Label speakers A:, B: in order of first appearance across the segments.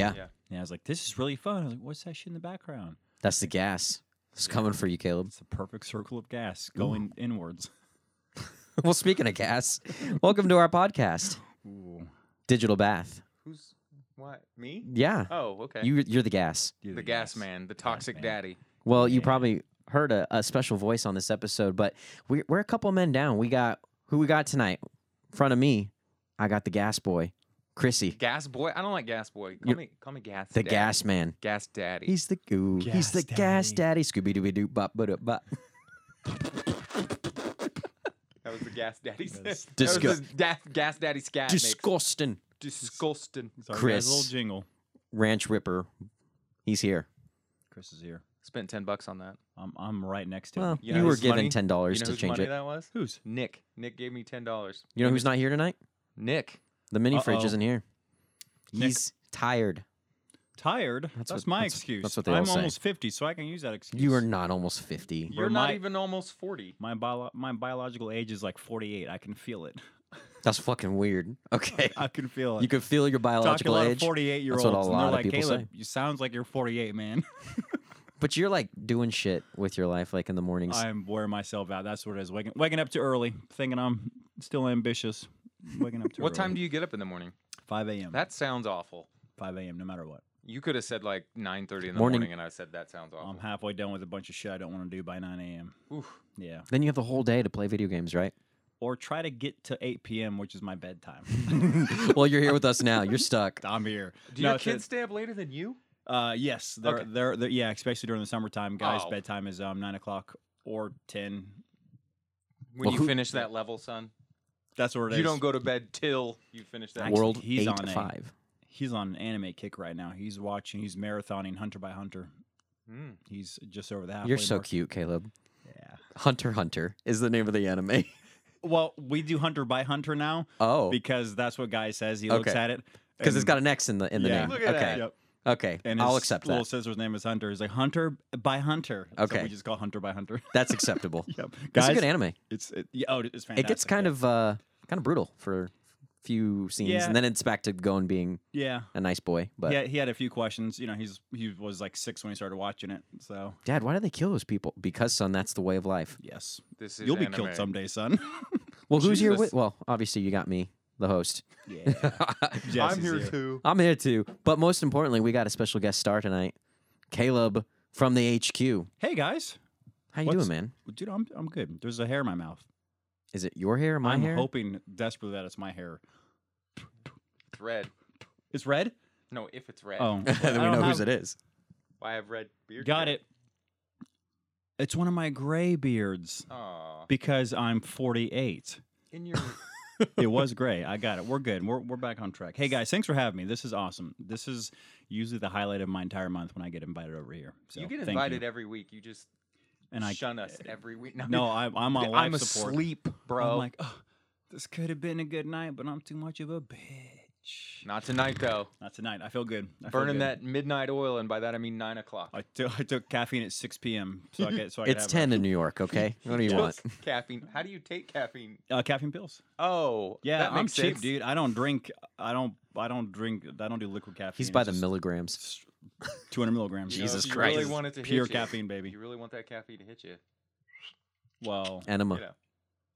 A: uh, I was like, "This is really fun." I was like, "What's that shit in the background?"
B: That's the gas. It's coming for you, Caleb.
A: It's the perfect circle of gas going inwards.
B: well, speaking of gas, welcome to our podcast,
A: Ooh,
B: Digital Bath.
C: Who's what? Me?
B: Yeah,
C: Oh, okay.
B: you you're the gas.
A: do
C: the, gas, man, the toxic
A: man.
C: daddy.
B: Well, you
A: Yeah.
B: probably heard a, a special voice on this episode, but we're we're a couple men down. We got who we got tonight. In front of me, I got the gas boy, Chrissy,
C: Gas boy. I don't like gas boy. Call
B: You-
C: me call me gas.
B: the
C: daddy.
B: gas man.
C: Gas daddy.
B: He's the ooh, he's
A: Gas
B: the gas
A: daddy.
B: daddy. Scooby dooby doo bop ba bop.
C: that was the gas daddy. that was
B: Disgu-
C: his da- gas daddy scat. mix.
B: Disgusting.
C: Disgusting.
A: Sorry,
B: Chris.
A: Chris. Little jingle.
B: Ranch Ripper, he's here.
A: Chris is here.
C: Spent ten bucks on that.
A: I'm I'm right next to
B: Well,
A: him.
C: You
B: you,
C: know
B: were
C: whose
B: given
C: money-
B: ten
C: You
B: dollars
C: know
B: to
C: whose
B: change
C: money
B: it.
C: that was?
A: Who's?
C: Nick. Nick gave me ten dollars.
B: You know who's not here tonight?
C: Nick.
B: The mini fridge
A: Uh-oh.
B: isn't here.
A: Nick.
B: He's tired.
A: Tired.
B: That's
A: That's,
B: what-
A: my
B: that's-
A: excuse.
B: that's what they all
A: I'm
B: say.
A: almost 50, so I can use that excuse.
B: You are not almost fifty.
C: You're
A: Remi-
C: not even almost forty.
A: my bio- my biological age is like 48. I can feel it.
B: That's fucking weird. Okay,
A: I can feel it.
B: you can feel your
A: Talk a
B: biological
A: lot of
B: age,
A: 48 year
B: That's
A: olds,
B: what
A: and
B: a
A: they're
B: lot of
A: like,
B: people
A: "Caleb,
B: say.
A: you sounds like you're 48, man."
B: but you're like doing shit with your life, like in the mornings.
A: I'm wearing myself out. That's what it is. Waking, waking up too early, thinking I'm still ambitious. Waking up too
C: What time do you get up in the morning?
A: 5 a.m.
C: That sounds awful.
A: 5 a.m. No matter what,
C: You could have said like nine thirty in the
B: Morning.
C: morning, and I said that sounds awful.
A: I'm halfway done with a bunch of shit I don't want to do by 9 a.m.
C: Oof.
A: Yeah,
B: Then you have the whole day to play video games, right?
A: or try to get to 8 p.m., which is my bedtime.
B: well, you're here with us now. You're stuck.
A: I'm here.
C: Do
A: No,
C: your
A: it's a-
C: kids stay up later than you?
A: Uh, yes, they're,
C: Okay.
A: they're they're- yeah, especially during the summertime. Guys,
C: Oh.
A: bedtime is um nine o'clock or ten.
C: When
B: Well,
C: you
B: who-
C: finish that level, son.
A: That's what it is.
C: You don't go to bed till you finish that.
A: Actually,
B: World
A: he's
B: eight
A: on a-
B: five.
A: He's on an anime kick right now. He's watching. He's marathoning Hunter by Hunter. Hmm.
C: Mm.
A: He's just over the halfway.
B: You're so
A: mark.
B: cute, Caleb.
A: Yeah.
B: Hunter Hunter is the name of the anime.
A: Well, we do Hunter by Hunter now
B: Oh,
A: because that's what Guy says. He looks
B: Okay.
A: at it
B: because it's
A: and-
B: got an X in the in the
A: Yeah.
B: name.
C: Look at
B: okay,
C: that.
A: Yep.
B: okay,
A: And
B: I'll
A: his
B: accept
A: Little
B: that.
A: sister's name is Hunter. He's like Hunter by Hunter. So
B: Okay.
A: we just call Hunter by Hunter.
B: That's acceptable.
A: yep.
B: It's
A: Guys,
B: a good anime.
A: it's it, yeah, oh, it's fantastic.
B: it gets kind
A: yeah.
B: of uh kind of brutal for a few scenes
A: Yeah.
B: and then it's back to going being
A: yeah.
B: a nice boy but
A: Yeah, he had a few questions. You know, he's he was like six when he started watching it. So
B: dad why do they kill those people because son that's the way of life
A: yes,
C: This is
A: you'll be
C: anime.
A: killed someday, son.
B: well who's here
C: Jesus.
B: with well obviously you got me the host
A: yeah,
C: I'm here, too.
B: i'm here too but most importantly we got a special guest star tonight caleb from the hq
A: Hey guys,
B: how you
A: What's-
B: doing man
A: dude, I'm I'm good. There's a hair in my mouth.
B: is it your hair or my
A: I'm
B: hair
A: hoping desperately that it's my hair.
C: It's red.
A: It's red.
C: No, if it's red.
A: Oh,
B: then we
A: I don't
B: know whose
A: have-
B: it is
C: I have red beard.
A: Got it. It's one of my gray beards
C: Aw.
A: because I'm 48.
C: In your
A: it was gray. I got it. We're good. We're, we're back on track. Hey guys, thanks for having me. This is awesome. This is usually the highlight of my entire month when I get invited over here. So
C: you get
A: thank
C: invited every week. You just
A: and I
C: shun us every week.
A: no, I, I'm on life
C: I'm
A: support.
C: asleep, bro.
A: I'm like, oh, this could have been a good night, but I'm too much of a bitch.
C: Not tonight though.
A: Not tonight. I feel good. I feel
C: Burning
A: good.
C: that midnight oil, and by that I mean nine o'clock.
A: I took I took caffeine at 6 p.m. So I get so I could
B: it's
A: have
B: 10 in new york okay what do you want
C: Just caffeine. How do you take caffeine?
A: Uh, caffeine pills.
C: Oh,
A: Yeah,
C: that
A: I'm
C: makes
A: cheap,
C: sense.
A: dude. I don't drink. I don't. I don't drink. I don't do liquid caffeine.
B: he's by
A: It's
B: the
A: just
B: milligrams
A: 200 milligrams.
C: You know,
B: Jesus
C: if
B: Christ.
C: You really want it to hit
A: Pure
C: you,
A: caffeine, baby.
C: You really want that caffeine to hit you.
A: Well,
B: enema
C: You know,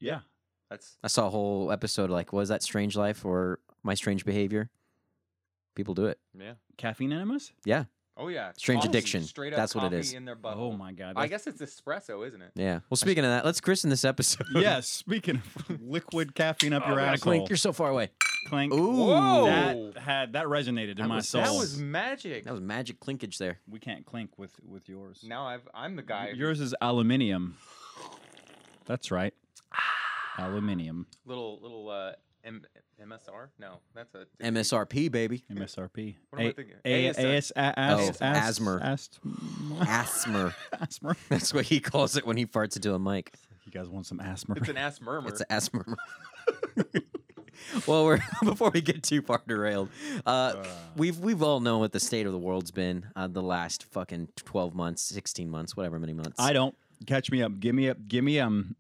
A: yeah.
C: that's
B: I saw a whole episode like, was that Strange Life or My Strange Behavior? People do it.
C: yeah.
A: Caffeine enemas.
C: Oh yeah.
B: Strange
C: Coffee,
B: addiction.
C: Straight up
B: That's what it
C: coffee
B: is.
C: In their
A: Oh
C: butthole.
A: my god.
C: I
A: that's-
C: guess it's espresso, isn't it?
B: Yeah. Well, speaking of that, let's christen this episode.
A: Yeah. Speaking of liquid caffeine
C: Oh,
A: up your
B: Ah,
A: asshole.
B: Clink, you're so far away.
A: Clank.
B: Ooh.
C: Whoa.
A: That had that resonated in
B: That
A: my
B: was-
A: soul.
C: That was magic.
B: That was magic clinkage there.
A: we can't clink with with yours.
C: now I've, I'm the guy. Your
A: Yours is aluminium. That's right. aluminium.
C: little little uh, M- MSR. No, that's a
B: MSRP, baby.
A: MSRP.
C: What am I thinking?
A: A-
C: ASR.
A: AS- a- as-
B: Oh,
A: as-
B: asthma.
A: ast-
B: Asthmer.
A: Asthma.
B: That's what he calls it when he farts into a mic.
A: You guys want some asthma?
C: It's an ass murmur.
B: It's an asthma. well, we're before we get too far derailed, uh, we've we've all known what the state of the world's been uh, the last fucking twelve months, sixteen months, whatever many months.
A: I don't catch me up. Give me up. Give me um.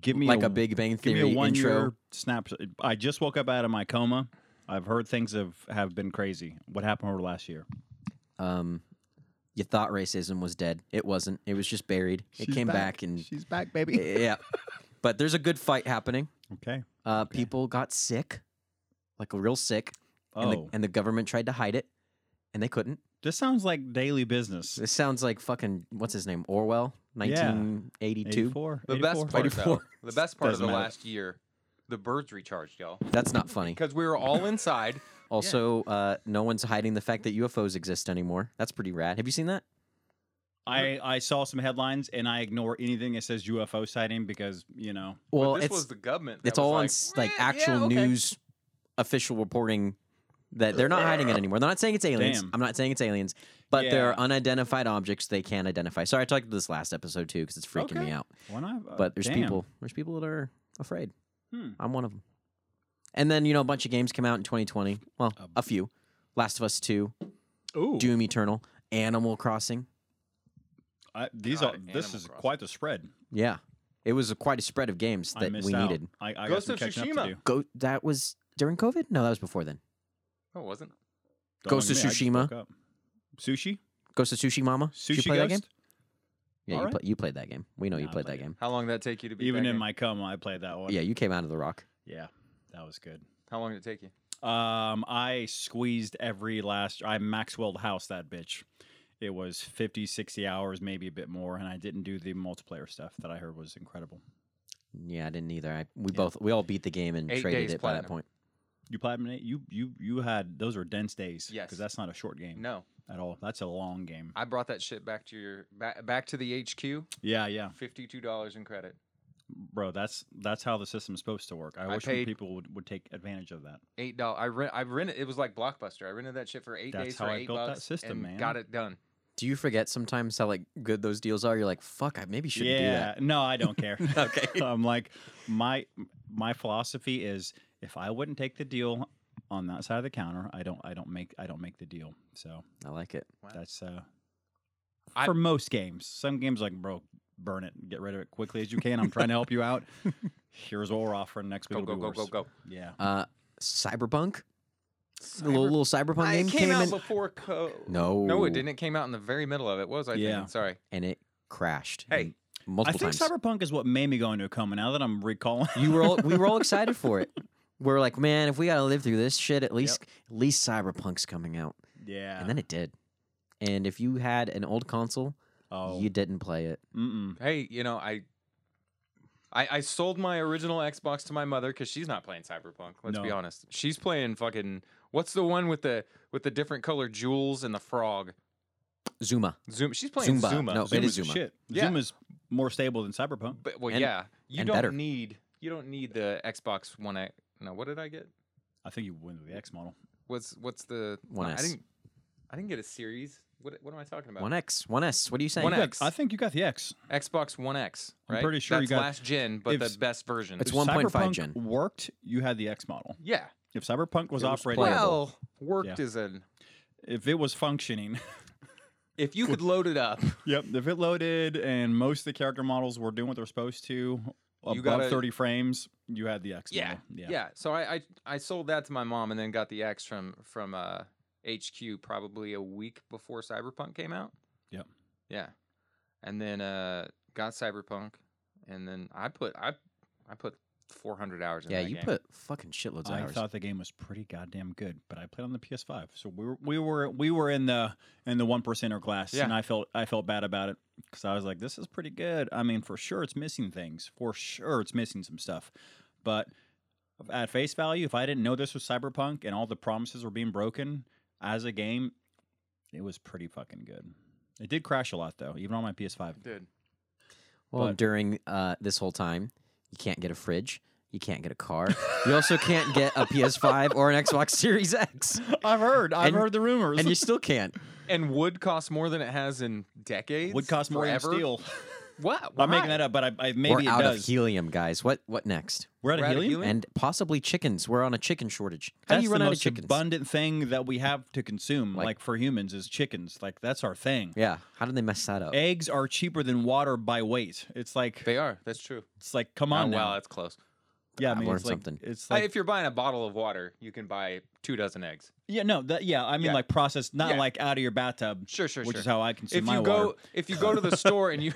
A: Give me
B: like
A: a,
B: a Big Bang
A: Give
B: Theory
A: me a one
B: intro.
A: year snapshot. I just woke up out of my coma. I've heard things have have been crazy. What happened over the last year?
B: um, you thought racism was dead. It wasn't. It was just buried. it
A: She's
B: came back, and
A: she's back, baby.
B: yeah. But there's a good fight happening.
A: Okay.
B: Uh, People got sick, like real sick,
A: Oh,
B: and, the, and the government tried to hide it, and they couldn't.
A: this sounds like daily business.
B: This sounds like fucking what's his name Orwell, 1982.
A: 84,
C: The
A: 84?
C: best part, though,
B: 84.
C: the best part of
A: Doesn't
C: the
A: matter.
C: last year, the birds recharged, y'all,
B: That's not funny.
C: because we were all inside.
B: Also, uh, no one's hiding the fact that UFOs exist anymore. That's pretty rad. Have you seen that?
A: I, I saw some headlines and I ignore anything that says UFO sighting because, you know,
B: Well,
C: but this
B: it's
C: was the government. that
B: it's
C: was
B: all on
C: like,
B: s- like
C: "Eh, yeah,
B: actual
C: okay."
B: news official reporting that they're not hiding it anymore. They're not saying it's aliens.
A: Damn.
B: I'm not saying it's aliens, but there
A: Yeah.
B: are unidentified objects they can identify. Sorry, I talked about this last episode too because it's freaking
A: Okay.
B: me out.
A: why not? Uh,
B: But there's
A: damn.
B: people there's people that are afraid.
A: Hmm.
B: I'm one of them. And then you know a bunch of games came out in 2020. Well,
A: Um,
B: a few. Last of Us 2,
A: Ooh,
B: Doom Eternal, Animal Crossing.
A: I, these
C: God,
A: are. This
C: Animal
A: is
C: Crossing.
A: quite the spread.
B: Yeah. It was a, quite a spread of games
A: I
B: that
A: missed
B: we
A: out.
B: needed.
A: I, I got
C: Ghost
A: some
C: of
A: catching up
C: Tsushima.
A: to do.
B: Go that was during COVID? No, that was before then.
C: Oh, it wasn't.
A: Don't
B: Ghost
A: look
B: of
A: at me, I just
B: Tsushima.
A: woke up. Sushi,
B: Ghost of Sushi Mama. Did
A: sushi
B: you play
A: ghost.
B: that game? Yeah, you,
A: Alright.
B: play, you played that game. We know
A: Yeah,
B: you
A: I
B: played that
A: played it.
B: game.
C: How long did that take you to beat?
A: Even
C: that
A: in
C: game?
A: my coma, I played that one.
B: Yeah, you came out of the rock.
A: yeah, that was good.
C: How long did it take you?
A: Um, I squeezed every last. I Maxwell House that bitch. It was 50, 60 hours, maybe a bit more, and I didn't do the multiplayer stuff that I heard was incredible.
B: Yeah, I didn't either. I we both we all beat the game and
C: Eight
B: traded
C: days
B: it by that
C: platinum.
B: point.
A: You platinum eight? You you you had those were dense days.
C: Yes.
A: because that's not a short game
C: No,
A: at all. That's a long game.
C: I brought that shit back to your back, back to the HQ.
A: Yeah, yeah,
C: Fifty-two dollars in credit.
A: bro. That's that's how the system's supposed to work. I,
C: I
A: wish
C: paid-
A: people would, would take advantage of that.
C: Eight dollars. I rent. I rented. It was like Blockbuster. I rented that shit for eight
A: That's
C: days
A: how
C: for
A: I
C: eight
A: built that
C: bucks.
A: system,
C: and
A: man.
C: Got it done.
B: Do you forget sometimes how like good those deals are? You're like, fuck, I maybe shouldn't do
A: yeah,
B: that.
A: no, I don't care.
B: Okay.
A: I'm like my my philosophy is if I wouldn't take the deal on that side of the counter, I don't I don't make I don't make the deal. So
B: I like it.
C: Wow.
A: that's uh
C: I-
A: for most games. Some games like bro, burn it, get rid of it quickly as you can. I'm trying to help you out. Here's what we're offering next week.
C: Go
A: it'll
C: go
A: be
C: go
A: worse.
C: go go.
A: Yeah.
B: Uh, Cyberpunk, The little, little Cyberpunk
C: I-
B: game
C: it came, out
B: in.
C: before co
B: no,
C: No, it didn't. It came out in the very middle of it. What was I
A: Yeah.
C: thinking? Sorry.
B: and it crashed.
C: Hey.
B: and multiple
A: I think
B: times.
A: Cyberpunk is what made me go into a coma. Now that I'm recalling,
B: you were all, we were all excited for it. We're like, man, if we gotta live through this shit, at least at least Cyberpunk's coming out,
A: yeah.
B: and then it did. And if you had an old console,
A: oh,
B: you didn't play it.
A: mm-mm.
C: Hey, you know, I I, I sold my original Xbox to my mother because she's not playing Cyberpunk. Let's be
A: No.
C: honest. She's playing fucking what's the one with the with the different color jewels and the frog?
B: Zuma.
C: Zoom. She's playing
B: Zumba.
C: Zuma.
B: No, it
A: Zoom
B: is
A: is
B: Zuma.
A: shit.
C: Yeah.
A: Zoom is more stable than Cyberpunk.
C: But well,
B: And-
C: yeah. You
B: and
C: don't
B: better.
C: need you don't need the Xbox One X. No, what did I get?
A: I think you win with the X model.
C: What's what's the
B: One
C: I
B: S.
C: didn't I didn't get a series. What what am I talking about?
B: One X, One S. What are you saying?
C: One
A: You got-
C: X.
A: I think you got the X.
C: Xbox One X.
A: I'm
C: Right?
A: pretty sure you
C: That's
A: got-
C: last gen, but
A: if-
C: the best version.
B: It's
A: If
B: 1.5
A: Cyberpunk
B: gen.
A: Worked. You had the X model.
C: yeah.
A: If Cyberpunk was
B: It was
A: operating,
B: playable.
C: Well, worked
A: Yeah.
C: as an
A: if it was functioning,
C: if you could load it up.
A: yep. If it loaded and most of the character models were doing what they're supposed to, above
C: gotta-
A: 30 frames, you had the X
C: Yeah,
A: model.
C: yeah. So I, I I sold that to my mom and then got the X from from uh, HQ probably a week before Cyberpunk came out.
A: Yep.
C: Yeah, and then uh, got Cyberpunk, and then I put I I put 400 hours. in
B: Yeah,
C: that
B: you
C: game.
B: put fucking shitloads of
A: I
B: hours.
A: thought the game was pretty goddamn good, but I played on the PS5, so we were we were we were in the in the one percenter class,
C: Yeah.
A: and I felt I felt bad about it because I was like, this is pretty good. I mean, for sure it's missing things, for sure it's missing some stuff, but at face value, if I didn't know this was Cyberpunk and all the promises were being broken as a game, it was pretty fucking good. It did crash a lot though, even on my PS5.
C: did.
B: well,
A: but-
B: during uh, this whole time, you can't get a fridge. You can't get a car. you also can't get a PS5 or an Xbox Series X.
A: I've heard, I've
B: And-
A: heard the rumors.
B: And you still can't.
C: And wood costs more than it has in decades.
A: would cost more
C: forever.
A: than steel.
C: What?
A: I'm making
C: Why?
A: that up, but I, I maybe
B: We're out
A: it does.
B: of helium, guys. What what next?
A: We're out
C: We're
A: of
C: out of
A: helium.
C: helium?
B: And possibly chickens. We're on a chicken shortage. How
A: That's
B: do you run
A: the
B: out
A: most
B: of chickens?
A: abundant thing that we have to consume, like,
B: Like-
A: for humans, is chickens. Like that's our thing.
B: yeah. How did they mess that up?
A: Eggs are cheaper than water by weight. It's like
C: They are. That's true.
A: it's like come
C: Oh
A: on
C: wow,
A: now.
C: that's close.
A: Yeah,
B: I
A: I mean,
B: learned
A: it's like,
B: something.
A: It's
C: Uh,
A: like
C: if you're buying a bottle of water, you can buy two dozen eggs.
A: yeah, no, that yeah. I mean,
C: Yeah.
A: like processed, not
C: Yeah.
A: like out of your bathtub,
C: Sure, sure,
A: which
C: sure.
A: is how I consume
C: if
A: my
C: you
A: water.
C: go if you go to the store and you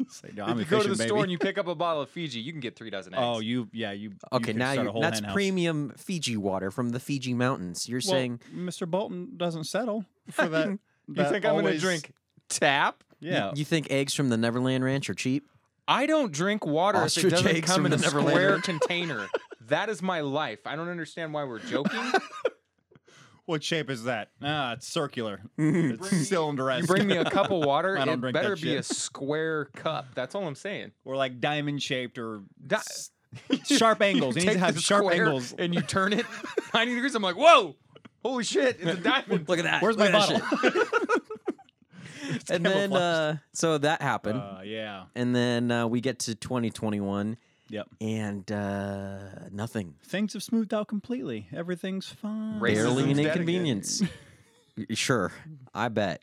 A: It's like, no, I'm
C: if you
A: efficient,
C: go to the
A: baby.
C: store and you pick up a bottle of Fiji, you can get three dozen eggs.
A: oh, you yeah, you you
B: Okay,
A: could
B: now
A: start a
B: you're,
A: whole
B: that's
A: hen house.
B: premium Fiji water from the Fiji mountains. You're
A: Well,
B: saying
A: Mr. Bolton doesn't settle for that.
C: you
A: that
C: think I'm
A: always-
C: gonna drink tap?
A: Yeah,
B: you think eggs from the Neverland Ranch are cheap?
C: I don't drink water
B: Ostrich
C: if it doesn't
B: eggs
C: come
B: from
C: in a
B: the Neverland
C: square
B: Ranch.
C: container. That is my life. I don't understand why we're joking.
A: What shape is that? Ah, it's circular. it's cylinder
C: You bring me a cup of water,
A: I don't
C: it
A: drink
C: better
A: that
C: be a
A: shit.
C: square cup. That's all I'm saying.
A: or like diamond shaped or
C: Di-
A: s- sharp angles.
C: You
A: It needs to
C: take
A: have
C: the
A: sharp
C: square
A: angles.
C: and you turn it 90 degrees. I'm like, whoa, holy shit, it's a diamond.
B: Look at that.
A: Where's my
B: Look at that
A: bottle?
B: shit. and then, uh,
A: camouflaged.
B: so that happened.
A: Uh, yeah.
B: and then uh, we get to 2021
A: Yep.
B: and uh, nothing.
A: Things have smoothed out completely. Everything's fine.
C: Racism's
B: Barely an
C: dead again.
B: inconvenience. Y- sure. I bet.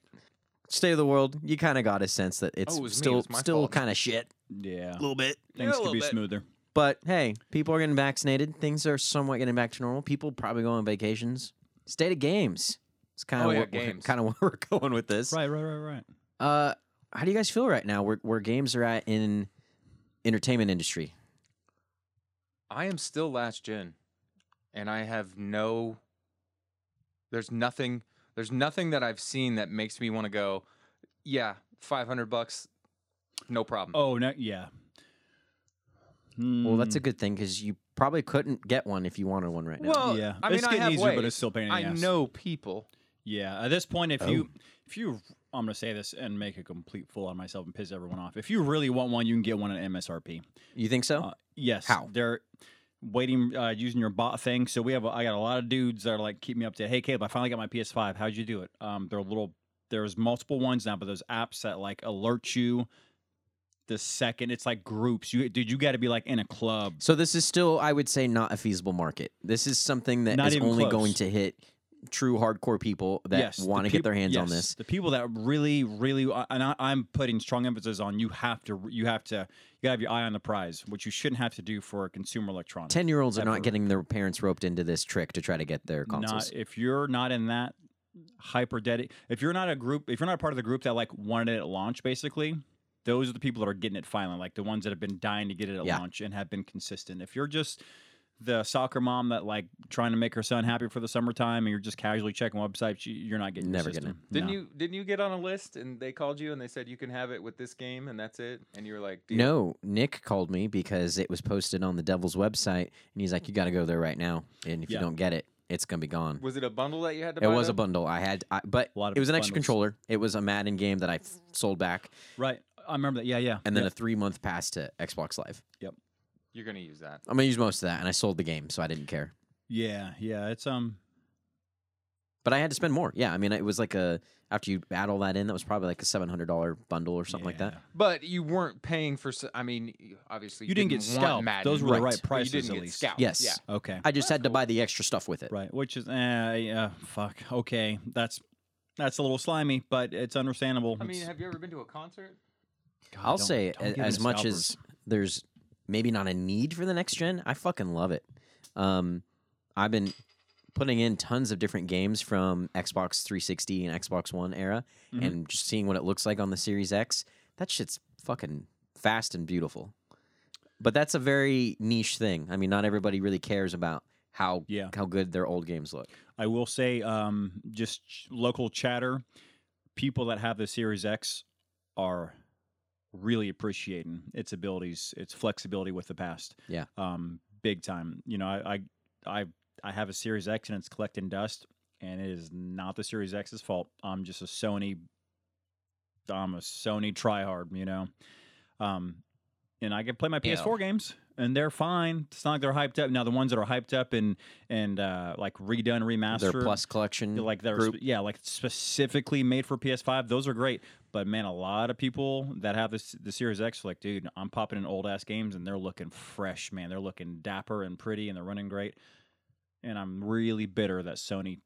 B: State of the world, you kind of got a sense that it's
C: Oh, it was me. It
B: still
C: was my
B: still
C: fault.
B: kind of shit
A: Yeah.
B: a little bit.
A: Things
C: a
A: could
C: little
A: be
C: bit.
A: smoother.
B: But hey, people are getting vaccinated. Things are somewhat getting back to normal. People probably going on vacations. State of games. It's kind of
C: Oh, yeah,
B: what we're,
C: games.
B: kind of where we're going with this.
A: Right, right, right, right.
B: Uh, how do you guys feel right now? Where where games are at in entertainment industry?
C: I am still last gen, and I have no. There's nothing. There's nothing that I've seen that makes me want to go. Yeah, five hundred bucks, no problem.
A: Oh, no, yeah.
B: Well, that's a
A: Hmm.
B: good thing because you probably couldn't get one if you wanted one right now.
C: Well,
A: yeah.
C: Oh, I mean,
A: it's
C: I
A: getting
C: have
A: easier, but
C: ways.
A: it's still a pain in the
C: I
A: ass.
C: know people.
A: Yeah, at this point, if
B: Oh.
A: you if you I'm gonna say this and make a complete fool out of myself and piss everyone off. If you really want one, you can get one at MSRP.
B: you think so?
A: Uh, yes.
B: How?
A: They're waiting uh, using your bot thing. So we have I got a lot of dudes that are like keep me up to hey Caleb, I finally got my PS5. How'd you do it? Um they're little there's multiple ones now, but those apps that like alert you the second it's like groups. You dude, you gotta be like in a club.
B: so this is still, I would say, not a feasible market. This is something that
A: Not
B: is
A: even
B: only
A: close.
B: going to hit true hardcore people that
A: yes, the
B: want to get
A: peop-
B: their hands on
A: yes,
B: this.
A: The people that really, really, uh, and I, I'm putting strong emphasis on you have to, you have to, you gotta have your eye on the prize, which you shouldn't have to do for a consumer electronics.
B: Ten year olds are not
A: Ever.
B: getting their parents roped into this trick to try to get their consoles.
A: Not if you're not in that hyper dedicated. If you're not a group, if you're not part of the group that like wanted it at launch, basically, those are the people that are getting it finally. Like the ones that have been dying to get it at
B: Yeah.
A: launch and have been consistent. If you're just the soccer mom that like trying to make her son happy for the summertime, and you're just casually checking websites, you- you're not getting your
B: Never getting
A: system.
C: Didn't
A: No.
C: you? Didn't you get on a list and they called you and they said you can have it with this game and that's it? And you were like, deal.
B: No, Nick called me because it was posted on the Devil's website, and he's like, "You got to go there right now, and if you
A: Yeah.
B: don't get it, it's gonna be gone."
C: Was it a bundle that you had to?
B: It
C: buy
B: was a
C: though?
B: bundle. I had, I, but
A: A lot of
B: it was an extra
A: bundles.
B: controller. It was a Madden game that I f- sold back,
A: Right. I remember that. Yeah, yeah.
B: and then
A: Yep.
B: a three month pass to Xbox Live.
C: You're gonna use that.
B: I'm gonna use most of that, and I sold the game, so I didn't care.
A: Yeah, yeah. It's um
B: But I had to spend more. Yeah, I mean, it was like a after you add all that in, that was probably like a seven hundred dollar bundle or something like that.
A: yeah.
C: But you weren't paying for. s- I mean, y- obviously
A: You, didn't, get
C: want
A: scalped.
C: Madden,
A: Those were the right
C: but you
A: prices
C: didn't
A: at
C: get
A: least.
C: scalped.
B: Yes.
C: Yeah.
A: Okay.
B: I just
C: That's
B: had to
C: cool.
B: buy the extra stuff with it.
A: Right. Which is uh yeah, fuck. Okay. That's that's a little slimy, but it's understandable.
C: I mean,
A: It's-
C: have you ever been to a concert?
A: God,
B: I'll
A: don't-
B: say
A: don't
B: a-
A: give me
B: as
A: the
B: much
A: scalpers.
B: as there's maybe not a need for the next gen, I fucking love it. Um, I've been putting in tons of different games from Xbox 360 and Xbox One era,
A: Mhm.
B: and just seeing what it looks like on the Series X. That shit's fucking fast and beautiful. But that's a very niche thing. I mean, not everybody really cares about how
A: Yeah.
B: how good their old games look.
A: I will say um just ch- local chatter people that have the Series X are really appreciating its abilities, its flexibility with the past.
B: Yeah.
A: Um, big time. You know, I, I, I, I have a Series X and it's collecting dust, and it is not the Series X's fault. I'm just a Sony. I'm a Sony tryhard. You know, um, and I can play my
B: Yeah.
A: PS4 games. And they're fine. It's not like they're hyped up. Now the ones that are hyped up and and uh, like redone, remastered,
B: Their plus collection,
A: yeah, like they're
B: group.
A: spe- yeah like specifically made for ps5 those are great but man a lot of people that have this the series x are like dude i'm popping in old ass games and they're looking fresh man they're looking dapper and pretty and they're running great and i'm really bitter that sony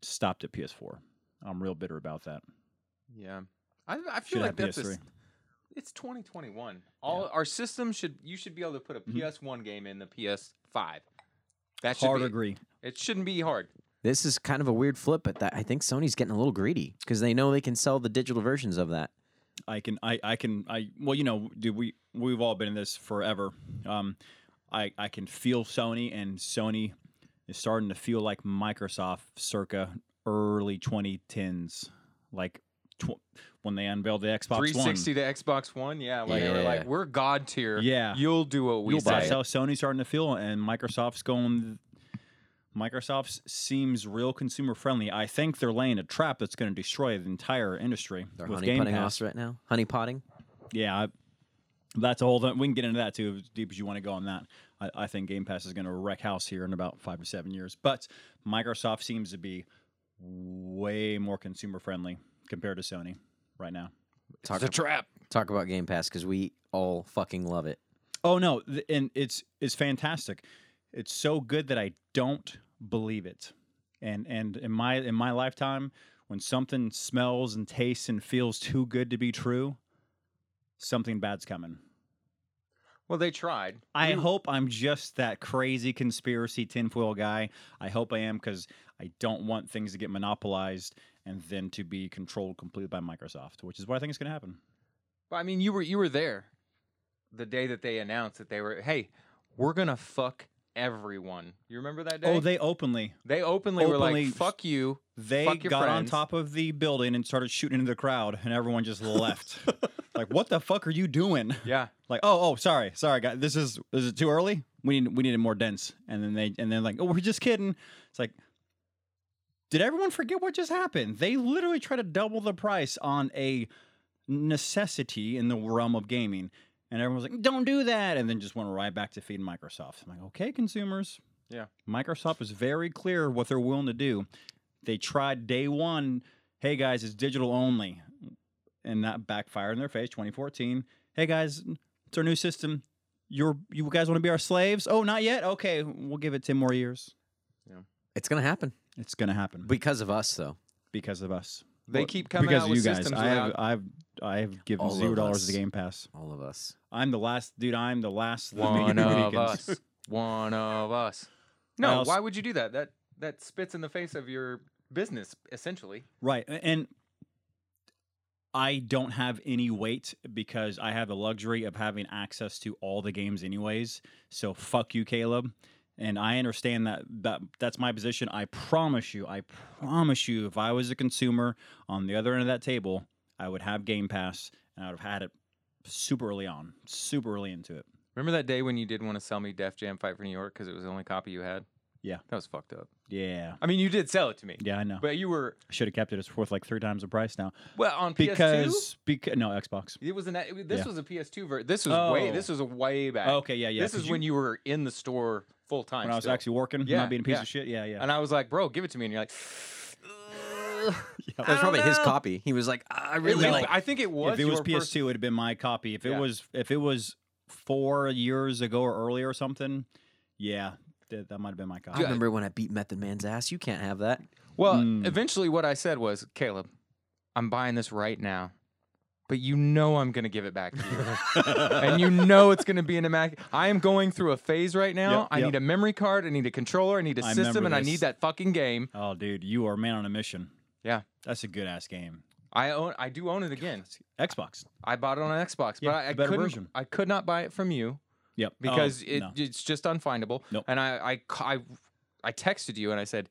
A: stopped at ps4 i'm real bitter about that
C: Yeah, I, I
A: Should
C: feel like
A: have
C: that's a s-
A: PS3.
C: It's 2021. All our systems should you should be able to put a
A: Mhm.
C: PS1 game in the PS5. That should
A: Hard
C: be,
A: agree.
C: it shouldn't be hard.
B: This is kind of a weird flip, but that, I think Sony's getting a little greedy because they know they can sell the digital versions of that.
A: I can I I can I well you know dude we we've all been in this forever. Um, I I can feel Sony and Sony is starting to feel like Microsoft circa early 2010s, like tw- when they unveiled the Xbox
C: 360 to Xbox One. Yeah, like they
B: Yeah.
C: were like we're god tier.
A: One. Yeah,
C: You'll do what we
B: You'll buy
A: that's
C: say.
B: it.
A: how Sony's starting to feel, and Microsoft's going. Microsoft's seems real consumer friendly. I think they're laying a trap that's going to destroy the entire industry
B: They're
A: with
B: honey
A: Game
B: putting
A: Pass.
B: us right now. Honey potting.
A: Yeah, I, that's a whole. Th- we can get into that too, as deep as you want to go on that. I, I think Game Pass is going to wreck house here in about five to seven years. But Microsoft seems to be way more consumer friendly compared to Sony right now.
B: Talk,
C: It's a trap.
B: talk about Game Pass because we all fucking love it.
A: Oh no, th- and it's it's fantastic. It's so good that I don't believe it. And and in my in my lifetime, when something smells and tastes and feels too good to be true, something bad's coming.
C: Well, they tried.
A: I hope I'm just that crazy conspiracy tinfoil guy. I hope I am because I don't want things to get monopolized and then to be controlled completely by Microsoft, which is what I think is going to happen.
C: But, I mean, you were you were there the day that they announced that they were, "Hey, we're going to fuck everyone." You remember that day?
A: Oh, they openly
C: they openly, were
A: openly-
C: like, "Fuck you."
A: they
C: Fuck your
A: got on
C: friends.
A: top of the building and started shooting into the crowd, and everyone just left. like, what the fuck are you doing?
C: Yeah.
A: Like, oh, oh, sorry, sorry, guys. This is is it too early? We need we need it more dense. And then they and then like, oh, we're just kidding. It's like, did everyone forget what just happened? They literally tried to double the price on a necessity in the realm of gaming, and everyone was like, don't do that, and then just went right back to feeding Microsoft. I'm like, okay, consumers.
C: Yeah.
A: Microsoft is very clear what they're willing to do. They tried day one. Hey guys, it's digital only, and that backfired in their face. 2014. Hey guys, it's our new system. You're you guys want to be our slaves? Oh, not yet. Okay, we'll give it ten more years.
B: It's gonna happen
A: It's gonna happen
B: because of us, though.
A: because of us.
C: They
A: Well,
C: keep coming
A: because
C: out
A: of
C: with
A: you guys.
C: systems
A: I have
C: without-
A: I've I have given
B: All of
A: zero dollars to
B: us.
A: Game Pass.
B: All of us.
A: I'm the last dude. I'm the last of the
C: one
A: Media
C: of
A: Weekends.
C: us. One of us. No,
A: also-
C: why would you do that? That that spits in the face of your business essentially.
A: Right. a- And I don't have any weight because I have the luxury of having access to all the games anyways. So fuck you, Caleb. And I understand that, that that's my position. I promise you, I promise you, if I was a consumer on the other end of that table, I would have Game Pass and I would have had it super early on, super early into it.
C: Remember that day when you did want to sell me Def Jam Fight for New York because it was the only copy you had?
A: Yeah.
C: That was fucked up.
A: Yeah.
C: I mean, you did sell it to me.
A: Yeah, I know.
C: But you were
A: I should have kept it. It's worth like three times the price now.
C: well on PS2.
A: Because, because no, Xbox.
C: It was an it was- this
A: Yeah.
C: was a PS2 version. This was way
A: Oh.
C: this was a way back.
A: Okay, yeah, yeah.
C: this
A: 'cause
C: is when you were in the store full time.
A: when I was actually working,
C: Yeah,
A: not being a piece
C: yeah.
A: of shit. Yeah, yeah.
C: and I was like, bro, give it to me, and you're like,
B: That was
C: I
B: probably
C: don't
B: his
C: know.
B: copy. He was like, I
C: It
B: really
C: was-
B: like.
C: I think it was.
A: if it was
C: your first-
A: PS2, it'd have been my copy. If it
C: Yeah.
A: was if it was four years ago or earlier or something, yeah, that, that might have been my
B: I
A: copy.
B: remember when I beat Method Man's ass. You can't have that.
C: Well,
A: Mm.
C: eventually, what I said was, Caleb, I'm buying this right now, but you know I'm going to give it back to you, and you know it's going to be an immaculate. I am going through a phase right now.
A: Yep,
C: I
A: yep.
C: need a memory card, I need a controller, I need a
A: I
C: system,
A: remember
C: and I
A: this.
C: need that fucking game.
A: Oh, dude, you are man on a mission.
C: Yeah.
A: that's a good ass game.
C: I own, I do own it again.
A: Xbox.
C: I bought it on an Xbox,
A: Yeah,
C: but I,
A: it's
C: I
A: a better
C: couldn't,
A: version.
C: I could not buy it from you
A: Yep. Oh,
C: because it,
A: no.
C: it's just unfindable.
A: Nope.
C: And I, I, ca- I, I texted you and I said,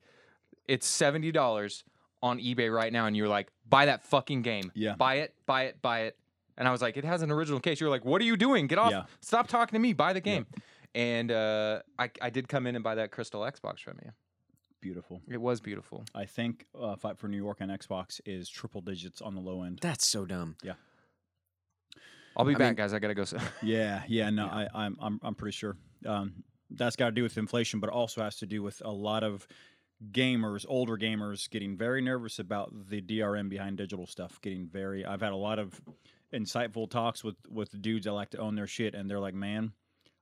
C: it's seventy dollars on eBay right now, and you're like, buy that fucking game.
A: Yeah.
C: Buy it, buy it, buy it. And I was like, it has an original case. You're like, what are you doing? Get off!
A: Yeah.
C: Stop talking to me. Buy the game. And uh, I, I did come in and buy that crystal Xbox from you.
A: beautiful.
C: It was beautiful.
A: I think uh, Fight for New York on Xbox is triple digits on the low end.
B: That's so dumb.
C: I'll be
B: I
C: back,
B: mean-
C: guys. I gotta go. s-
A: Yeah, yeah, no, I, I'm, I'm, I'm pretty sure. Um, that's got to do with inflation, but also has to do with a lot of gamers, older gamers, getting very nervous about the DRM behind digital stuff. Getting very, I've had a lot of insightful talks with with dudes that like to own their shit, and they're like, "Man,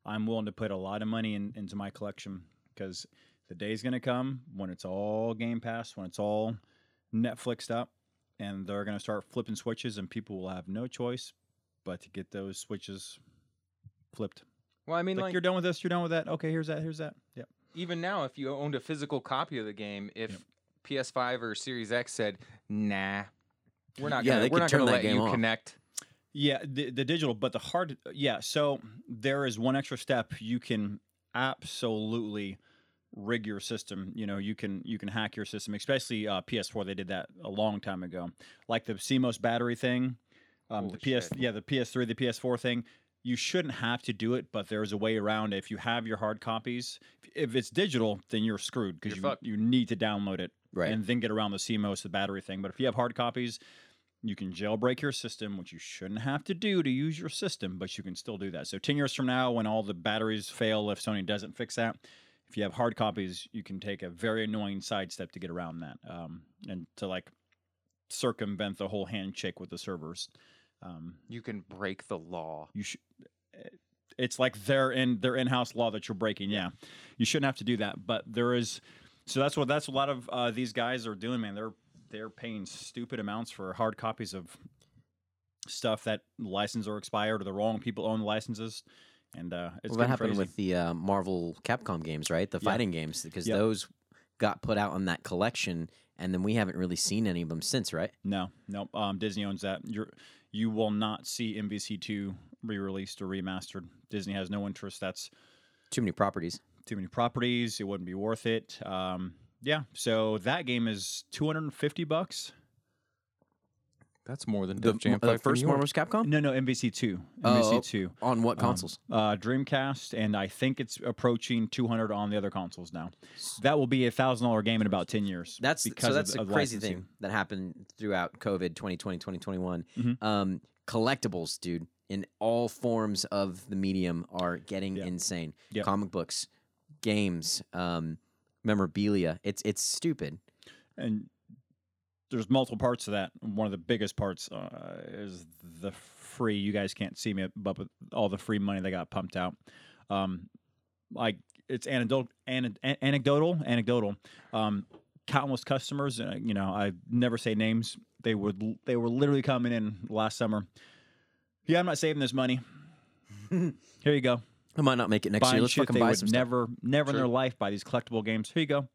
A: I'm willing to put a lot of money in, into my collection because the day's gonna come when it's all Game Pass, when it's all Netflixed up." And they're going to start flipping switches, and people will have no choice but to get those switches flipped,
C: Well, I mean,
A: like,
C: like,
A: you're done with this, you're done with that. Okay, here's that, here's that. Yep.
C: even now, if you owned a physical copy of the game, if
A: Yep.
C: PS5 or Series X said, "Nah, we're not
B: Yeah,
C: gonna,
B: they
C: we're
B: could
C: not
B: turn
C: gonna
B: that
C: let
B: game
C: you
B: off.
C: connect."
A: Yeah, the, the digital, but the hard. Yeah, so there is one extra step you can absolutely rig your system. You know, you can you can hack your system, especially uh, PS4. They did that a long time ago, like the CMOS battery thing. Um, the
C: Holy
A: PS,
C: shit.
A: yeah, the PS3, the PS4 thing. You shouldn't have to do it, but there's a way around. it. If you have your hard copies, if it's digital, then you're screwed
C: You're
A: because you
C: fucked.
A: you need to download it
B: Right.
A: and then get around the CMOS, the battery thing. But if you have hard copies, you can jailbreak your system, which you shouldn't have to do to use your system, but you can still do that. So 10 years from now, when all the batteries fail, if Sony doesn't fix that, if you have hard copies, you can take a very annoying sidestep to get around that um, and to like circumvent the whole handshake with the servers. Um,
C: You can break the law.
A: you should. It's like their in their in-house law that you're breaking. Yeah, you shouldn't have to do that. But there is, so that's what that's a lot of uh, these guys are doing, man. They're they're paying stupid amounts for hard copies of stuff that license are expired or the wrong people own the licenses, and uh, it's
B: well, that
A: getting
B: happened
A: crazy.
B: with the uh, Marvel Capcom games, right? The
A: Yeah.
B: fighting games, because
A: Yep.
B: those got put out on that collection, and then we haven't really seen any of them since, right?
A: no no um, Disney owns that. You're you will not see MVC two re-released or remastered. Disney has no interest. That's
B: Too many properties.
A: too many properties. It wouldn't be worth it. Um, yeah, so that game is 250 bucks.
C: That's more than
B: The, m- the first Marvel vs. Capcom
A: No, no, MVC two,
B: Oh,
A: MVC
B: oh.
A: two,
B: on what
A: Um,
B: consoles?
A: uh, Dreamcast, and I think it's approaching 200 on the other consoles now. That will be a thousand dollar game in about 10 years.
B: That's so
A: of-
B: that's
A: of
B: a crazy
A: licensing.
B: thing that happened throughout COVID 2020, 2021.
A: Mhm.
B: Um, collectibles, dude, in all forms of the medium are getting
A: Yeah.
B: insane.
A: Yep.
B: Comic books, games, um, memorabilia. It's it's stupid.
A: and there's multiple parts to that. One of the biggest parts uh, is the free. You guys can't see me, but with all the free money that got pumped out, um, like it's anecdotal, an, an- anecdotal, anecdotal. Um, countless customers, uh, you know, I never say names. They would, they were literally coming in last summer. Yeah, I'm not saving this money. Here you go
B: I might not make it next
A: buying
B: year. Let's
A: shit
B: fucking
A: they
B: buy
A: would
B: some stuff.
A: never, never in their
C: True.
A: life buy these collectible games. Here you go,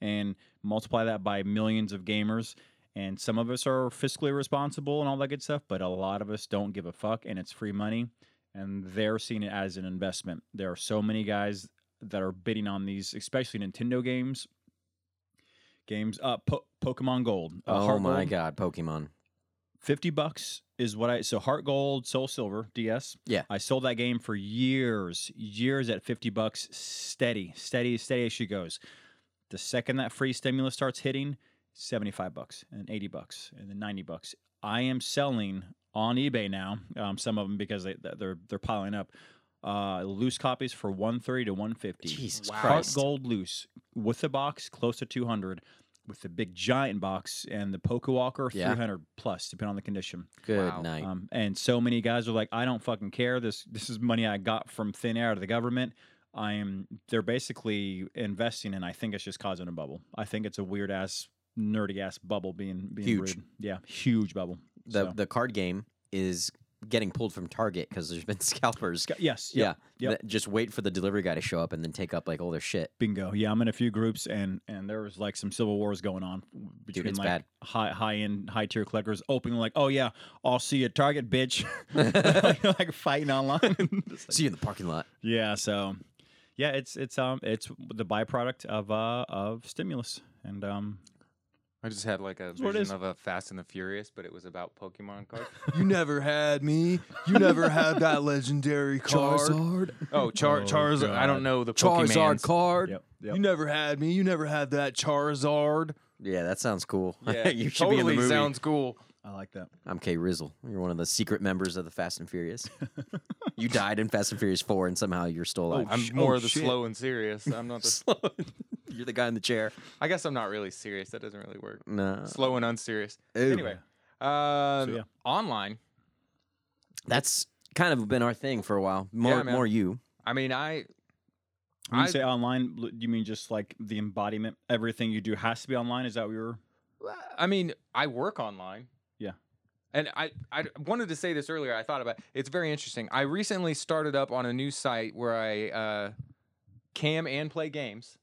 A: and multiply that by millions of gamers. And some of us are fiscally responsible and all that good stuff, but a lot of us don't give a fuck, and it's free money, and they're seeing it as an investment. There are so many guys that are bidding on these, especially Nintendo games. Games, uh, po- Pokemon Gold. Uh,
B: Oh
A: Heart
B: my
A: Gold,
B: god, Pokemon.
A: 50 bucks is what I so Heart Gold, Soul Silver, DS.
B: Yeah.
A: I sold that game for years, years at 50 bucks steady, steady, steady as she goes. The second that free stimulus starts hitting, 75 bucks and 80 bucks and then 90 bucks. I am selling on eBay now, um, some of them because they they're they're piling up. Uh, loose copies for 130 to 150.
B: Jesus
C: Wow.
A: Heart
B: Christ.
A: Gold loose with the box close to 200 with the big giant box and the Poke Walker
B: Yeah.
A: 300 plus depending on the condition.
B: Good
C: Wow.
B: night.
A: Um, and so many guys are like, I don't fucking care. This this is money I got from thin air out of the government. I am. They're basically investing, and I think it's just causing a bubble. I think it's a weird ass, nerdy ass bubble being being
B: Huge.
A: brewed. Yeah, huge bubble.
B: the
A: So-
B: the card game is getting pulled from Target because there's been scalpers.
A: Sc- yes.
B: yeah,
A: yep.
B: that just wait for the delivery guy to show up and then take up like all their shit.
A: Bingo. Yeah, I'm in a few groups, and and there was like some civil wars going on between
B: it's
A: like
B: bad.
A: high high end high tier collectors opening like, oh yeah, I'll see you at Target, bitch. like fighting online. It's like-
B: See you in the parking lot.
A: Yeah, so yeah, it's it's um it's the byproduct of uh of stimulus and um
C: I just had like a
A: That's what it is.
C: vision of a Fast and the Furious, but it was about Pokemon cards. you never had me. You never had that legendary Oh, Char
A: Oh,
C: Charizard. I
A: God.
C: don't know the Pokemans.
B: card.
A: yep,
C: You never had me. You never had that Charizard.
B: Yeah, that sounds cool. you should
C: totally
B: be in the movie.
C: sounds cool.
A: I like that.
B: I'm K Rizzle. You're one of the secret members of the Fast and Furious. you died in Fast and Furious Four, and somehow you're still alive.
C: I'm
A: sh-
C: more
A: oh,
C: of the
A: shit.
C: slow and serious. I'm not the.
B: slow. you're the guy in the chair.
C: I guess I'm not really serious. That doesn't really work.
B: No,
C: Slow and unserious.
B: Ew.
C: Anyway, um,
A: yeah.
C: online.
B: that's kind of been our thing for a while. More,
C: man.
B: more you.
C: I mean, I
A: When you
C: I-
A: say online, l- you mean just like the embodiment, everything you do has to be online. Is that what you were?
C: I mean, I work online.
A: Yeah.
C: and I, I wanted to say this earlier. I thought about it. it's very interesting. I recently started up on a new site where I uh, cam and play games.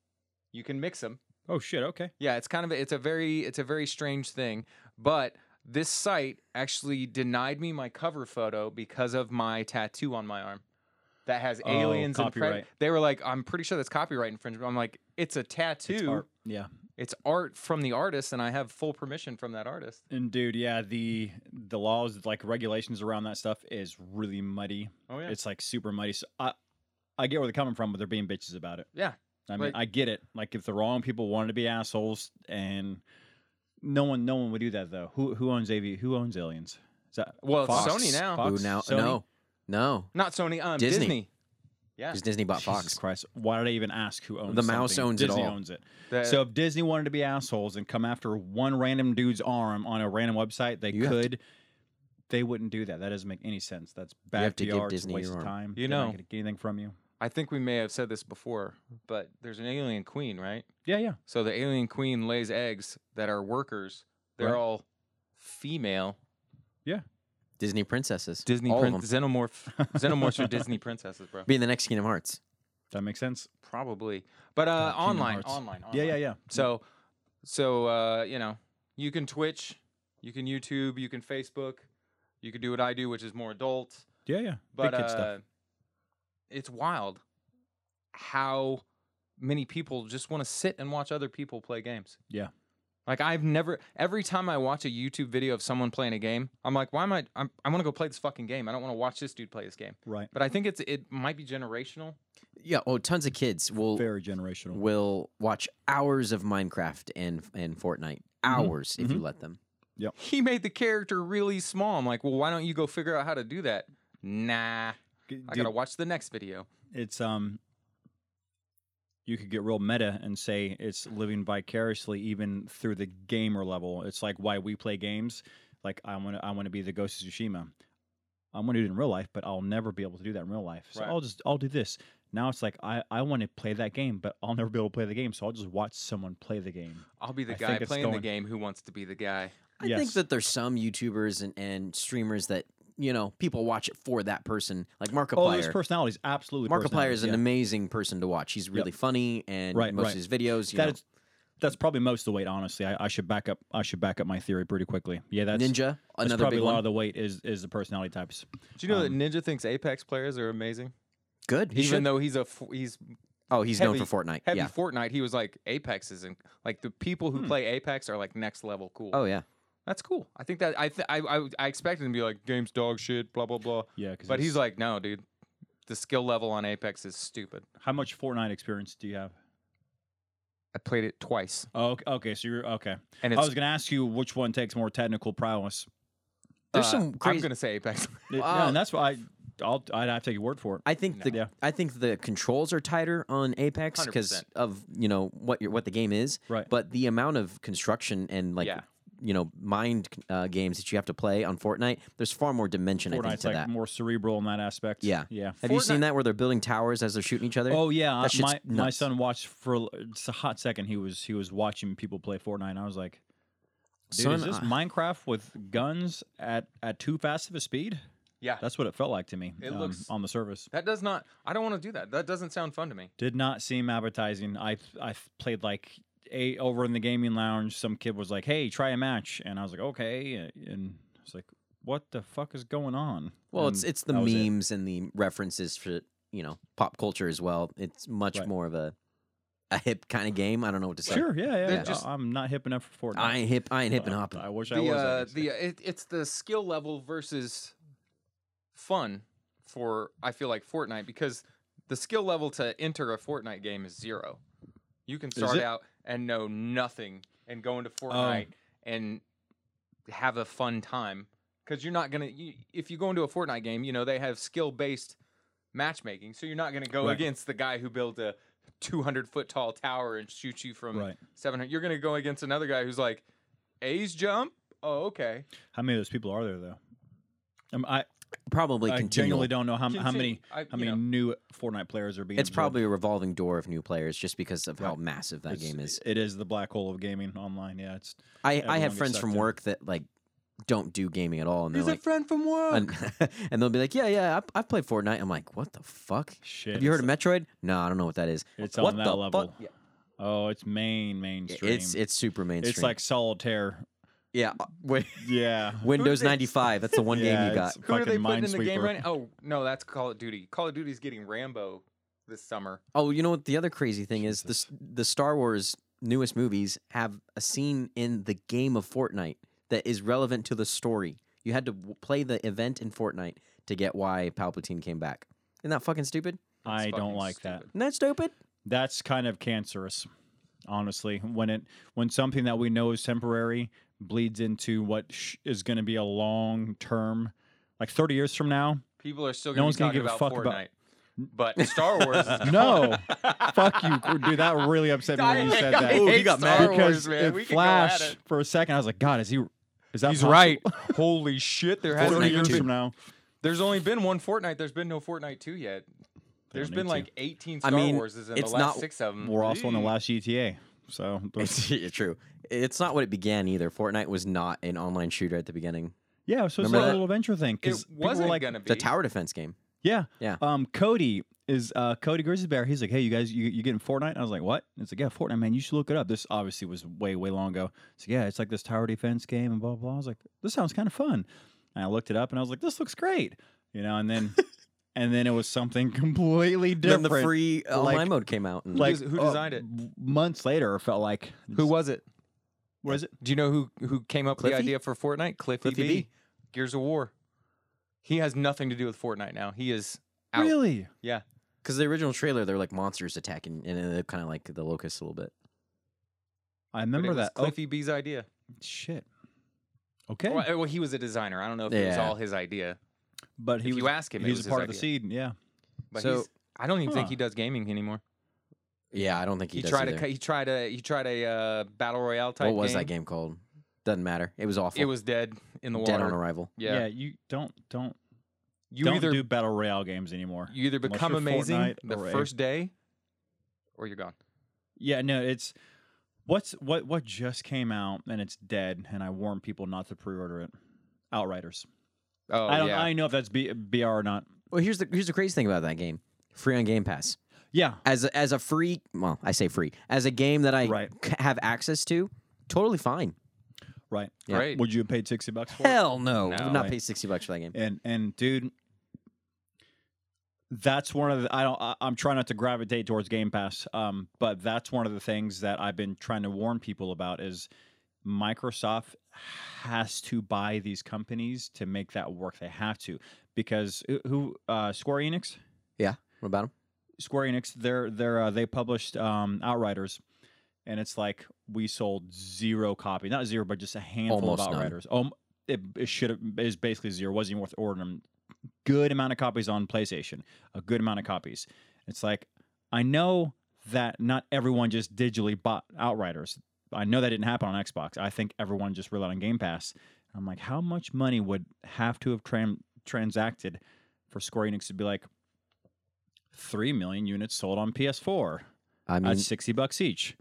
C: You can mix them.
A: Oh shit. Okay.
C: Yeah, it's kind of a, it's a very it's a very strange thing, but this site actually denied me my cover photo because of my tattoo on my arm that has
A: Oh,
C: aliens and pred-
A: copyright.
C: they were like I'm pretty sure that's copyright infringement. I'm like it's a tattoo.
A: It's art. Yeah.
C: it's art from the artist and I have full permission from that artist.
A: And dude, yeah, the the laws like regulations around that stuff is really muddy.
C: Oh yeah.
A: It's like super muddy. So I I get where they're coming from, but they're being bitches about it.
C: Yeah.
A: I mean,
C: Like-
A: I get it. Like if the wrong people wanted to be assholes and no one no one would do that though. Who who owns AV who owns aliens? Is that
C: Well, it's
A: Fox?
C: Sony now.
A: Fox?
B: Ooh, now
A: Sony?
B: no, no,
C: Not Sony, um
B: Disney.
C: Disney. Yeah.
B: because Disney bought
A: Jesus
B: Fox.
A: Christ. Why did I even ask who owns
B: The mouse
A: something?
B: owns it
A: Disney
B: all.
A: owns it.
C: The-
A: So if Disney wanted to be assholes and come after one random dude's arm on a random website, they
B: You have to-
A: could. They wouldn't do that. That doesn't make any sense. That's bad
B: have to
A: PR.
B: give
A: it's
B: Disney
A: a waste
B: your
A: of time.
C: You
A: They're not
C: know.
A: gonna get anything from you.
C: I think we may have said this before, but there's an alien queen, right?
A: Yeah, yeah.
C: So the alien queen lays eggs that are workers. They're
A: Right.
C: all female
B: Disney princesses.
C: Disney
B: all
C: prin-
B: of them.
C: xenomorph xenomorphs are Disney princesses, bro.
B: Being the next Kingdom Hearts.
A: That makes sense.
C: Probably. But uh,
A: Kingdom
C: online,
A: Hearts.
C: online, online.
A: Yeah, yeah, yeah.
C: So so uh, you know, you can Twitch, you can YouTube, you can Facebook, you can do what I do, which is more adult.
A: yeah, yeah.
C: But
A: Big kid
C: uh,
A: stuff.
C: it's wild how many people just want to sit and watch other people play games.
A: Yeah.
C: Like I've never. Every time I watch a YouTube video of someone playing a game, I'm like, why am I? I'm, I want to go play this fucking game. I don't want to watch this dude play this game.
A: Right.
C: But I think it's it might be generational.
B: Yeah. Oh, tons of kids will
A: Very generational.
B: will watch hours of Minecraft and and Fortnite. Hours, if you let them.
C: He made the character really small. I'm like, well, why don't you go figure out how to do that? Nah,
A: G-
C: I
A: dude,
C: gotta watch the next video.
A: it's um you could get real meta and say it's living vicariously even through the gamer level. It's like why we play games. Like I want to I want to be the Ghost of Tsushima. I want to do it in real life, but I'll never be able to do that in real life. So
C: Right.
A: I'll just I'll do this. Now it's like I I want to play that game, but I'll never be able to play the game, so I'll just watch someone play the game.
C: I'll be the
A: I
C: guy
A: think it's
C: playing the
A: going-
C: game who wants to be the guy.
B: I
A: Yes.
B: think that there's some YouTubers and, and streamers that you know people watch it for that person, like
A: Oh, those
B: Markiplier.
A: personalities absolutely.
B: Markiplier
A: personalities,
B: is an
A: yeah.
B: amazing person to watch. He's really funny, and
A: Right,
B: most
A: right.
B: of his videos, you
A: That
B: know,
A: is- that's probably most of the weight. Honestly, I, I should back up. I should back up my theory pretty quickly. Yeah, that's
B: Ninja,
A: That's
B: another
A: probably
B: big
A: a lot
B: one.
A: of the weight is is the personality types.
C: Do you know that Ninja thinks Apex players are amazing?
B: Good. He
C: Even
B: should-
C: though he's a f- he's
B: oh, he's known
C: heavy-
B: for Fortnite.
C: heavy
B: Yeah.
C: Fortnite, he was like Apex is in, like the people who play Apex are like next level cool.
B: Oh yeah.
C: that's cool. I think that I th- I, I I expected him to be like games dog shit, blah blah blah.
A: Yeah, 'cause
C: but he's
A: it's-
C: like, no, dude, the skill level on Apex is stupid.
A: How much Fortnite experience do you have?
C: I played it twice,
A: Oh, okay, okay, so you're okay.
C: and
A: I
C: it's
A: was going to ask you which one takes more technical prowess.
B: There's
C: uh,
B: some crazy.
C: I'm gonna say Apex.
A: It- no,
B: Wow.
A: and that's why I I'll I'd have to take your word for it.
B: I think the
A: Yeah.
B: I think the controls are tighter on Apex because
C: 100%.
B: of you know what your what the game is,
A: Right.
B: But the amount of construction and like
C: Yeah.
B: you know mind uh, games that you have to play on Fortnite, there's far more dimension I think
A: Fortnite's
B: to
A: like
B: that.
A: more cerebral in that aspect.
B: Yeah.
A: yeah.
B: have you seen
C: Fortnite-
B: that where they're building towers as they're shooting each other?
A: Oh yeah,
B: That shit's
A: my my
B: nuts.
A: son watched for a l- it's a hot second. He was he was watching people play Fortnite. and I was like, dude,
B: Son,
A: is this
B: I-
A: Minecraft with guns at at too fast of a speed?
C: yeah,
A: That's what it felt like to me.
C: It
A: um,
C: looks-
A: on the surface.
C: that does not. I don't want to do that. That doesn't sound fun to me.
A: Did not seem appetizing. I I played like a over in the gaming lounge. Some kid was like, "Hey, try a match," and I was like, "Okay," and I was like, "What the fuck is going on?"
B: well,
A: And
B: it's it's the
A: um, that was it.
B: memes and the references for you know pop culture as well. It's much
A: Right.
B: more of a a hip kind of game. I don't know what to say.
A: Sure, yeah, yeah.
C: They're
A: yeah.
C: just-
A: I- I'm not hip enough for Fortnite.
B: I ain't hip. I ain't hip and hopping.
A: I wish I
C: the
A: was.
C: uh,
A: obviously.
C: the uh, it, it's the skill level versus fun for I feel like Fortnite because the skill level to enter a Fortnite game is zero. You can start
A: it? Oh.
C: out and know nothing and go into Fortnite and have a fun time because you're not gonna. You, if you go into a Fortnite game, you know they have skill based matchmaking, so you're not gonna go
A: Right.
C: against the guy who built a 200 foot tall tower and shoot you from
A: Right.
C: 700. You're gonna go against another guy who's like. A's jump? Oh, okay.
A: How many of those people are there though? Um, I
B: Probably
A: I
B: continual.
A: genuinely don't know how, how
C: Continue.
A: many
C: I-
A: how
C: you
A: many
C: know.
A: new Fortnite players are being.
B: It's
A: absorbed.
B: probably a revolving door of new players just because of how
A: Right.
B: massive that
A: It's-
B: game is.
A: It is the black hole of gaming online. Yeah, it's
B: I, I
A: everyone
B: have
A: gets
B: friends
A: sucked
B: from
A: in.
B: work that like don't do gaming at all, and they're
C: He's a
B: like,
C: friend from work.
B: and, and they'll be like, yeah, yeah, I, I've played Fortnite. I'm like, what the fuck?
A: Shit.
B: Have you heard
A: it's-
B: of Metroid? No, I don't know what that is.
A: It's
B: what
A: on that
B: the
A: level.
B: Fuck? Yeah,
A: Oh, it's main mainstream.
B: It's it's super mainstream.
A: It's like solitaire.
B: yeah, wait,
A: Yeah.
B: Windows
C: they-
B: 95. That's the one game
A: Yeah,
B: you got.
A: it's
C: Who are they
A: fucking
C: putting in the game
A: Minesweeper.
C: right now? Oh no, that's Call of Duty. Call of Duty's getting Rambo this summer.
B: Oh, you know what? The other crazy thing is the s- the Star Wars newest movies have a scene in the game of Fortnite that is relevant to the story. You had to w- play the event in Fortnite to get why Palpatine came back. Isn't that fucking stupid?
C: That's
A: I don't
C: fucking
A: like that.
C: stupid.
B: Isn't that stupid?
A: That's kind of cancerous, honestly. When it when something that we know is temporary bleeds into what sh- is going to be a long term, like thirty years from now.
C: People are still
A: No
C: gonna
A: one's
C: be
A: gonna
C: talking
A: give a
C: about
A: fuck about-
C: Fortnite, but Star Wars. Is
A: No, fuck you, dude. That really upset me when you said
C: I
A: that.
B: Ooh,
C: hate
B: he got
C: Star
B: mad.
C: Wars,
A: because
C: man.
A: it
C: we could go at
A: flashed
C: it.
A: for a second. I was like, God, is he? Is that
C: He's
A: possible?
C: right. Holy shit! There hasn't
A: Thirty
B: Fortnite
A: years
C: even
B: too.
A: from
C: been.
A: now.
C: There's only been one Fortnite. There's been no Fortnite two yet. There's
A: don't
C: been
A: need to.
C: like 18
B: I
C: Star
B: mean,
C: Warses in the
B: it's
C: last
B: not-
C: six of them.
A: We're also in the last GTA, so
B: It's yeah, true. It's not what it began either. Fortnite was not an online shooter at the beginning.
A: yeah. So it's
B: Remember
A: a
B: that?
A: little adventure thing
C: It
A: because
C: wasn't
A: like,
C: gonna be.
B: It's a tower defense game.
A: Yeah.
B: Yeah.
A: Um, Cody is uh, Cody Grizzly Bear. He's like, hey, you guys, you, you getting Fortnite? And I was like, what? And it's like, yeah, Fortnite, man. You should look it up. This obviously was way, way long ago. So yeah, it's like this tower defense game and blah blah. blah. I was like, this sounds kind of fun. And I looked it up and I was like, this looks great, you know. And then, and then it was something completely different.
B: Then the free uh,
A: like-
B: online mode came out. And
A: like
C: des- who
A: uh,
C: designed it?
A: m- Months later, it felt like
C: Who was it?
A: was it?
C: Do you know who who came up
B: Cliffy?
C: with the idea for Fortnite? Cliffy,
B: Cliffy
C: B.
B: B.
C: Gears of War. He has nothing to do with Fortnite now. He is out.
A: Really?
C: Yeah.
B: because the original trailer, they're like monsters attacking, and they're kind of like the locusts a little bit.
A: I
C: but it
A: remember
C: was
A: that.
C: Cliffy B's idea.
A: Oh shit. Okay,
C: Well, uh, well, he was a designer. I don't know if it was
B: Yeah.
C: all his idea.
A: but he
C: if
A: was
C: you ask him,
A: he
C: it
A: was
C: was
A: a part
C: his
A: of the
C: idea.
A: seed. Yeah.
C: But
B: So-
C: he's, I don't even think
A: Huh.
C: he does gaming anymore.
B: Yeah, I don't think he,
C: He,
B: does
C: tried
B: either.
C: a he tried a he tried a uh, battle royale type.
B: What was
C: game.
B: that game called? Doesn't matter. It was awful.
C: It was dead in the water.
B: Dead on Arrival.
C: yeah.
A: You don't don't
C: You
A: don't
C: either
A: do battle royale games anymore.
C: you either
A: unless
C: become
A: you're
C: amazing
A: Fortnite
C: the
A: or a-
C: first day, or you're gone.
A: Yeah, no, it's what's what what just came out and it's dead, and I warn people not to pre-order it. Outriders.
C: Oh
A: I don't.
C: yeah.
A: I know if that's B, BR or not.
B: Well, here's the here's the crazy thing about that game. Free on Game Pass.
A: Yeah,
B: As a, as a free, well, I say free. As a game that I
A: Right.
B: c- have access to, totally fine.
A: right.
B: Yeah.
C: Great.
A: Would you have paid sixty bucks for it?
B: Hell no.
C: No
B: Would not
A: way.
B: pay 60 bucks for that game.
A: And and dude, that's one of the. I don't. I, I'm trying not to gravitate towards Game Pass. Um, but that's one of the things that I've been trying to warn people about is Microsoft has to buy these companies to make that work. They have to because who- who uh, Square Enix.
B: What about him?
A: Square Enix, they're they're uh, they published um, Outriders, and it's like we sold zero copy, not zero, but just a handful
B: Almost
A: of
B: none.
A: Outriders. Um, it, it should have is basically zero. wasn't even worth ordering. Good amount of copies on PlayStation. A good amount of copies. It's like I know that not everyone just digitally bought Outriders. I know that didn't happen on Xbox. I think everyone just relied on Game Pass. I'm like, how much money would have to have tran- transacted for Square Enix to be like, three million units sold on PS4
B: I mean,
A: at sixty bucks each.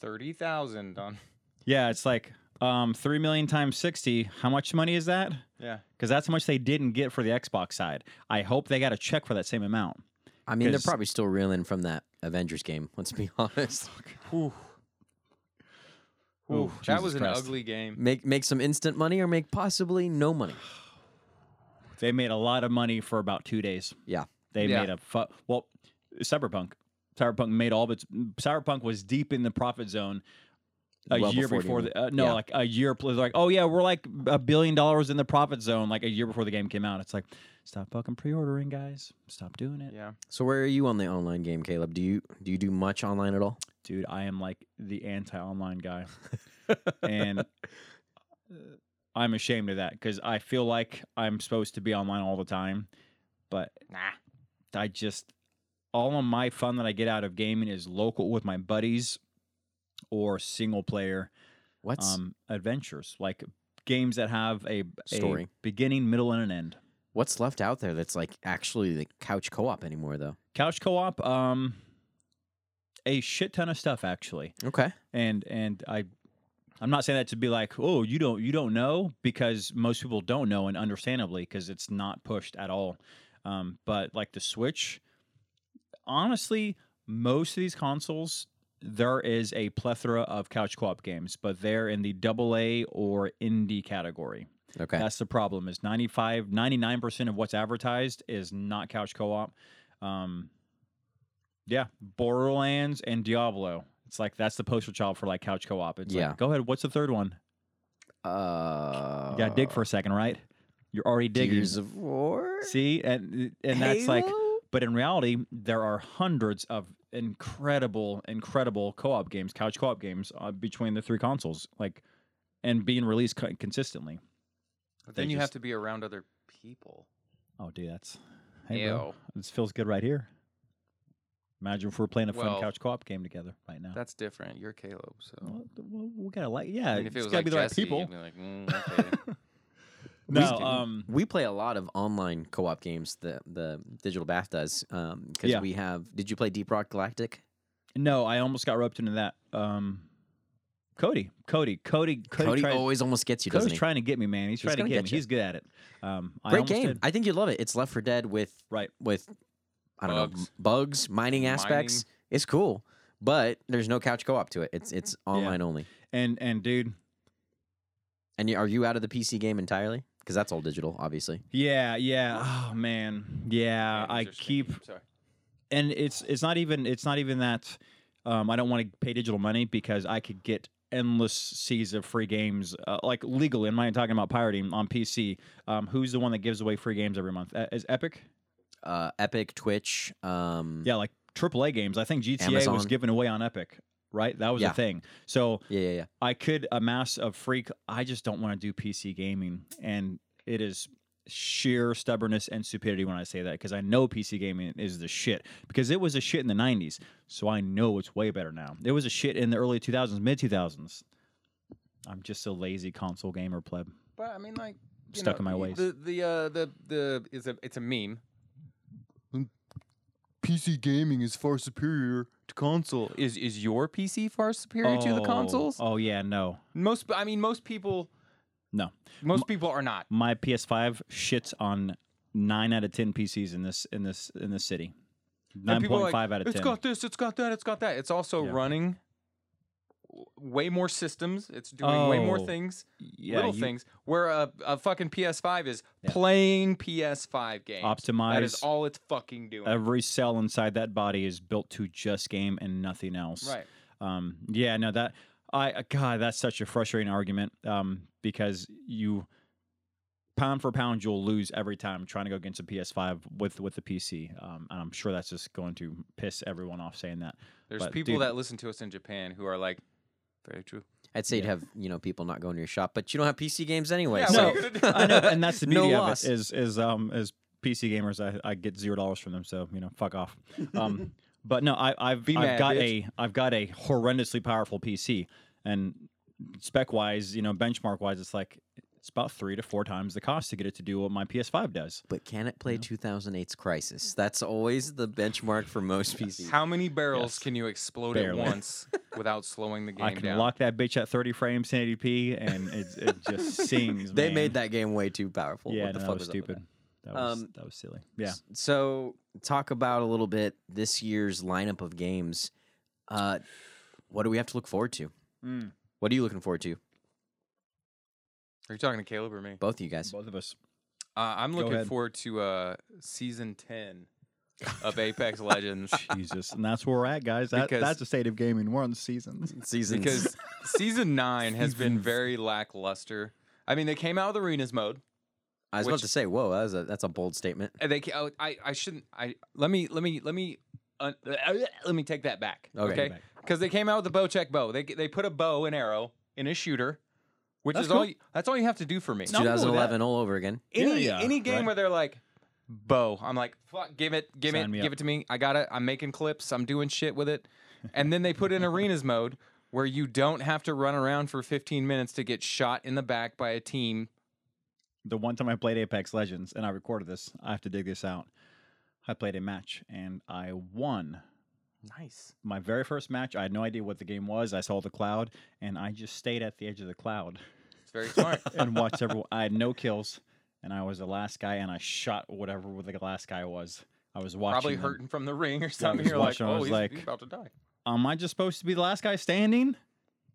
C: Thirty thousand on.
A: Yeah, it's like um, three million times sixty. How much money is that?
C: Yeah.
A: Because that's how much they didn't get for the Xbox side. I hope they got a check for that same amount.
B: I mean, they're
A: 'cause-
B: probably still reeling from that Avengers game. Let's be honest.
C: Oh, Ooh.
A: Ooh,
C: Ooh, that
A: Jesus
C: was an
A: Christ.
C: ugly game.
B: Make make some instant money or make possibly no money.
A: They made a lot of money for about two days.
B: Yeah.
A: They
C: Yeah.
A: made a fu- well, Cyberpunk. Cyberpunk made all but Cyberpunk was deep in the profit zone a
B: Well
A: year
B: before it
A: before
B: even-
A: the uh, no
B: yeah.
A: like a year pl- like oh yeah we're like a billion dollars in the profit zone like a year before the game came out. It's like stop fucking pre-ordering guys. Stop doing it.
C: Yeah.
B: So where are you on the online game, Caleb? Do you do you do much online at all?
A: dude, I am like the anti online guy. and uh, I'm ashamed of that because I feel like I'm supposed to be online all the time. But
C: Nah.
A: I just, all of my fun that I get out of gaming is local with my buddies or single player
B: What's
A: um, adventures, like games that have a, a
B: Story.
A: beginning, middle, and an end.
B: what's left out there that's like actually the couch co-op anymore though?
A: Couch co op, um, a shit ton of stuff actually.
B: Okay.
A: and and I I'm not saying that to be like, oh, you don't you don't know because most people don't know, and understandably because it's not pushed at all. Um, but like the Switch, honestly, most of these consoles there is a plethora of couch co-op games, but they're in the double A or indie category.
B: Okay.
A: That's the problem. Is 95, 99% of what's advertised is not couch co-op. Um, yeah, Borderlands and Diablo. It's like that's the poster child for like couch co-op. It's
B: Yeah.
A: like, go ahead. What's the third one?
B: uh,
A: You gotta dig for a second, right? You're already digging.
B: Gears of War.
A: See, and and that's like
B: Halo?
A: but in reality, there are hundreds of incredible, incredible co-op games, couch co-op games uh, between the three consoles, like, and being released co- consistently.
C: But
A: They
C: then you have
A: just-
C: to be around other people.
A: Oh, dude, that's hey, bro,
C: Ew.
A: this feels good right here. Imagine if we're playing a fun
C: Well,
A: couch co-op game together right now.
C: That's different. You're Caleb, so.
A: Well, we'll, we'll gotta like, yeah,
C: I mean, if it
A: it's
C: was
A: gotta
C: like
A: be the right
C: Jesse,
A: people.
C: you'd be like, "Mm, okay."
B: We
A: No,
B: do-
A: um,
B: we play a lot of online co-op games. The the digital bath does because
A: Yeah.
B: we have. Did you play Deep Rock Galactic?
A: no, I almost got roped into that. Um, Cody, Cody, Cody, Cody,
B: Cody
A: tried-
B: always almost gets you,
A: Cody's
B: doesn't he?
A: trying to get me, man. He's, trying to
B: gonna
A: get,
B: get
A: me.
B: you.
A: He's good at it. Um, I
B: Great
A: almost
B: game.
A: did.
B: I think you'd love it. It's Left for Dead with
A: Right.
B: with I don't know
C: Bugs.
B: m- bugs, mining aspects. It's cool, but there's no couch co-op to it. It's it's online only.
A: And and dude,
B: And you, are you out of the PC game entirely? Because that's all digital, obviously.
A: yeah, yeah. Oh man, yeah.
C: Man,
A: I
C: these are stinky.
A: keep
C: Sorry.
A: and it's it's not even it's not even that. Um, I don't want to pay digital money because I could get endless seas of free games, uh, like legally. I'm not even talking about pirating on PC. Um, who's the one that gives away free games every month? Uh, is Epic?
B: Uh, Epic, Twitch. Um,
A: Yeah, like AAA games. I think GTA was
B: Amazon.
A: given away on Epic, right? That was
B: Yeah.
A: a thing. So
B: yeah, yeah, yeah.
A: I could amass a freak. I just don't want to do PC gaming, and it is sheer stubbornness and stupidity when I say that because I know PC gaming is the shit because it was a shit in the '90s, so I know it's way better now. It was a shit in the early 2000s, mid 2000s. I'm just a lazy console gamer pleb.
C: But I mean, like you
A: Stuck
C: know,
A: in my
C: y-
A: ways.
C: The the uh, the the is a it's a meme. PC gaming is far superior to console. Is is your PC far superior to the
A: Oh,
C: consoles?
A: Oh yeah, no,
C: Most I mean, most people
A: no.
C: most people are not.
A: My PS5 shits on nine out of ten PCs in this in this in this city.
C: And
A: Nine
C: people are
A: point
C: like,
A: five out of ten.
C: It's got this. It's got that. It's got that. It's also
A: Yeah.
C: running w- way more systems. It's doing way more
A: Oh,
C: things,
A: yeah,
C: little
A: you-
C: things. Where a, a fucking PS5 is
A: Yeah.
C: playing PS5 games. That is
A: Optimize.
C: all it's fucking doing.
A: every cell inside that body is built to just game and nothing else.
C: right.
A: Um, yeah, no, that I uh, God, that's such a frustrating argument um, because you pound for pound you'll lose every time trying to go against a PS5 with with the PC. Um, and I'm sure that's just going to piss everyone off saying that.
C: There's
A: But,
C: people
A: dude-
C: that listen to us in Japan who are like, very true.
B: I'd say you'd
A: Yeah.
B: have you know people not going to your shop, but you don't have PC games anyway.
C: Yeah,
B: so-
A: No,
C: what are you gonna do?
A: I know, and that's the
B: No
A: beauty of
B: loss.
A: it is is um is PC gamers. I, I get zero dollars from them, so you know, fuck off. Um, but no, I, I've
C: Be
A: I've
C: mad,
A: got
C: bitch.
A: a I've got a horrendously powerful PC, and spec wise, you know, benchmark wise, it's like it's about three to four times the cost to get it to do what my PS5 does.
B: But can it play 2008's Crisis? That's always the benchmark for most PCs.
C: How many barrels
A: Yes.
C: can you explode
A: Barely.
C: at once without slowing the game
A: I can
C: down?
A: lock that bitch at 30 frames, 1080p, and it, it just sings.
B: they
A: man.
B: made that game way too powerful.
A: Yeah,
B: what the
A: no,
B: fuck
A: that was
B: up with
A: stupid. That was,
B: Um,
A: that was silly. Yeah.
B: S- So talk about a little bit this year's lineup of games. Uh, what do we have to look forward to?
A: Mm,
B: What are you looking forward to?
C: Are you talking to Caleb or me?
B: Both of you guys.
A: both of us.
C: Uh, I'm
A: Go
C: looking
A: ahead.
C: forward to uh, season 10 of Apex Legends
A: Jesus. And that's where we're at, guys. That,
C: Because-
A: that's the state of gaming. We're on the seasons.
B: Seasons.
C: because season 9 has been very lackluster. I mean, they came out with arenas mode.
B: I was about
C: which-
B: to say, whoa, that was a, that's a bold statement.
C: And they ca- oh, I I shouldn't I let me let me let me uh, let me take that back.
B: Okay.
C: Okay.
A: Back.
C: Because they came out with the bow check bow. They they put a bow and arrow in a shooter, which
A: That's
C: is all
A: cool.
C: you, that's all you have to do for me.
A: No, I'm cool with that.
B: 2011 all over again.
C: any
A: Yeah, yeah,
C: any game
A: right.
C: where they're like bow i'm like fuck give it give
A: Sign
C: it
A: me
C: give
A: up.
C: it to me i got it i'm making clips i'm doing shit with it and then they put in arenas mode where you don't have to run around for 15 minutes to get shot in the back by a team
A: the one time I played Apex Legends and I recorded this, I have to dig this out. I played a match and I won.
C: Nice.
A: My very first match, I had no idea what the game was. I saw the cloud, and I just stayed at the edge of the cloud
C: It's very smart.
A: and watched everyone. I had no kills, and I was the last guy, and I shot whatever the last guy was. I was watching.
C: Probably
A: them.
C: hurting from the ring or something.
A: just
C: You're like,
A: watching, I
C: oh,
A: was
C: he's,
A: like-
C: he's about to die.
A: Am I just supposed to be the last guy standing?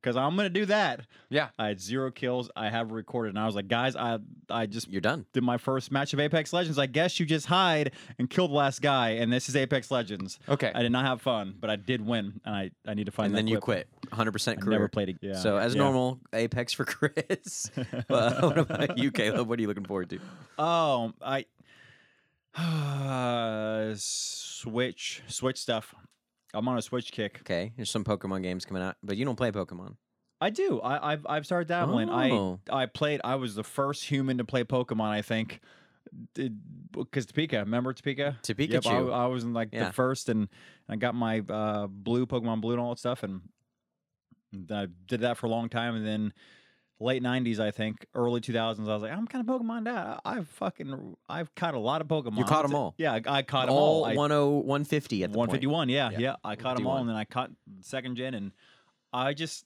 A: Because I'm gonna do that.
C: Yeah.
A: I had zero kills. I have recorded, and I was like, guys, I I just
B: You're done.
A: did my first match of Apex Legends. I guess you just hide and kill the last guy, and this is Apex Legends.
C: Okay.
A: I did not have fun, but I did win, and I, I need to find.
B: and
A: that
B: then you
A: clip.
B: quit. 100%
A: I
B: career.
A: never played again. Yeah.
B: So as
A: yeah.
B: normal, Apex for Chris. uh, what about you, Caleb? What are you looking forward to?
A: Oh, I switch switch stuff. I'm on a switch kick.
B: Okay, there's some Pokemon games coming out, but you don't play Pokemon.
A: I do. I I've, I've started dabbling.
B: Oh.
A: I I played. I was the first human to play Pokemon. I think. Because Topeka, remember Topeka?
B: To
A: Yep, I,
B: Pikachu.
A: I was in like
B: Yeah.
A: the first, and I got my uh, blue Pokemon Blue and all that stuff, and I did that for a long time. And then late '90s, I think, early 2000s, I was like, I'm kind of Pokemon out. I, I've fucking, I've caught a lot of Pokemon.
B: caught
A: That's
B: 'em
A: it.
B: all.
A: Yeah, I, I caught
B: all
A: them all. I-
B: 10 150 at the point.
A: 151. Yeah,
B: Yeah,
A: yeah, I caught them all,
B: 151.
A: and then I caught second gen, and I just.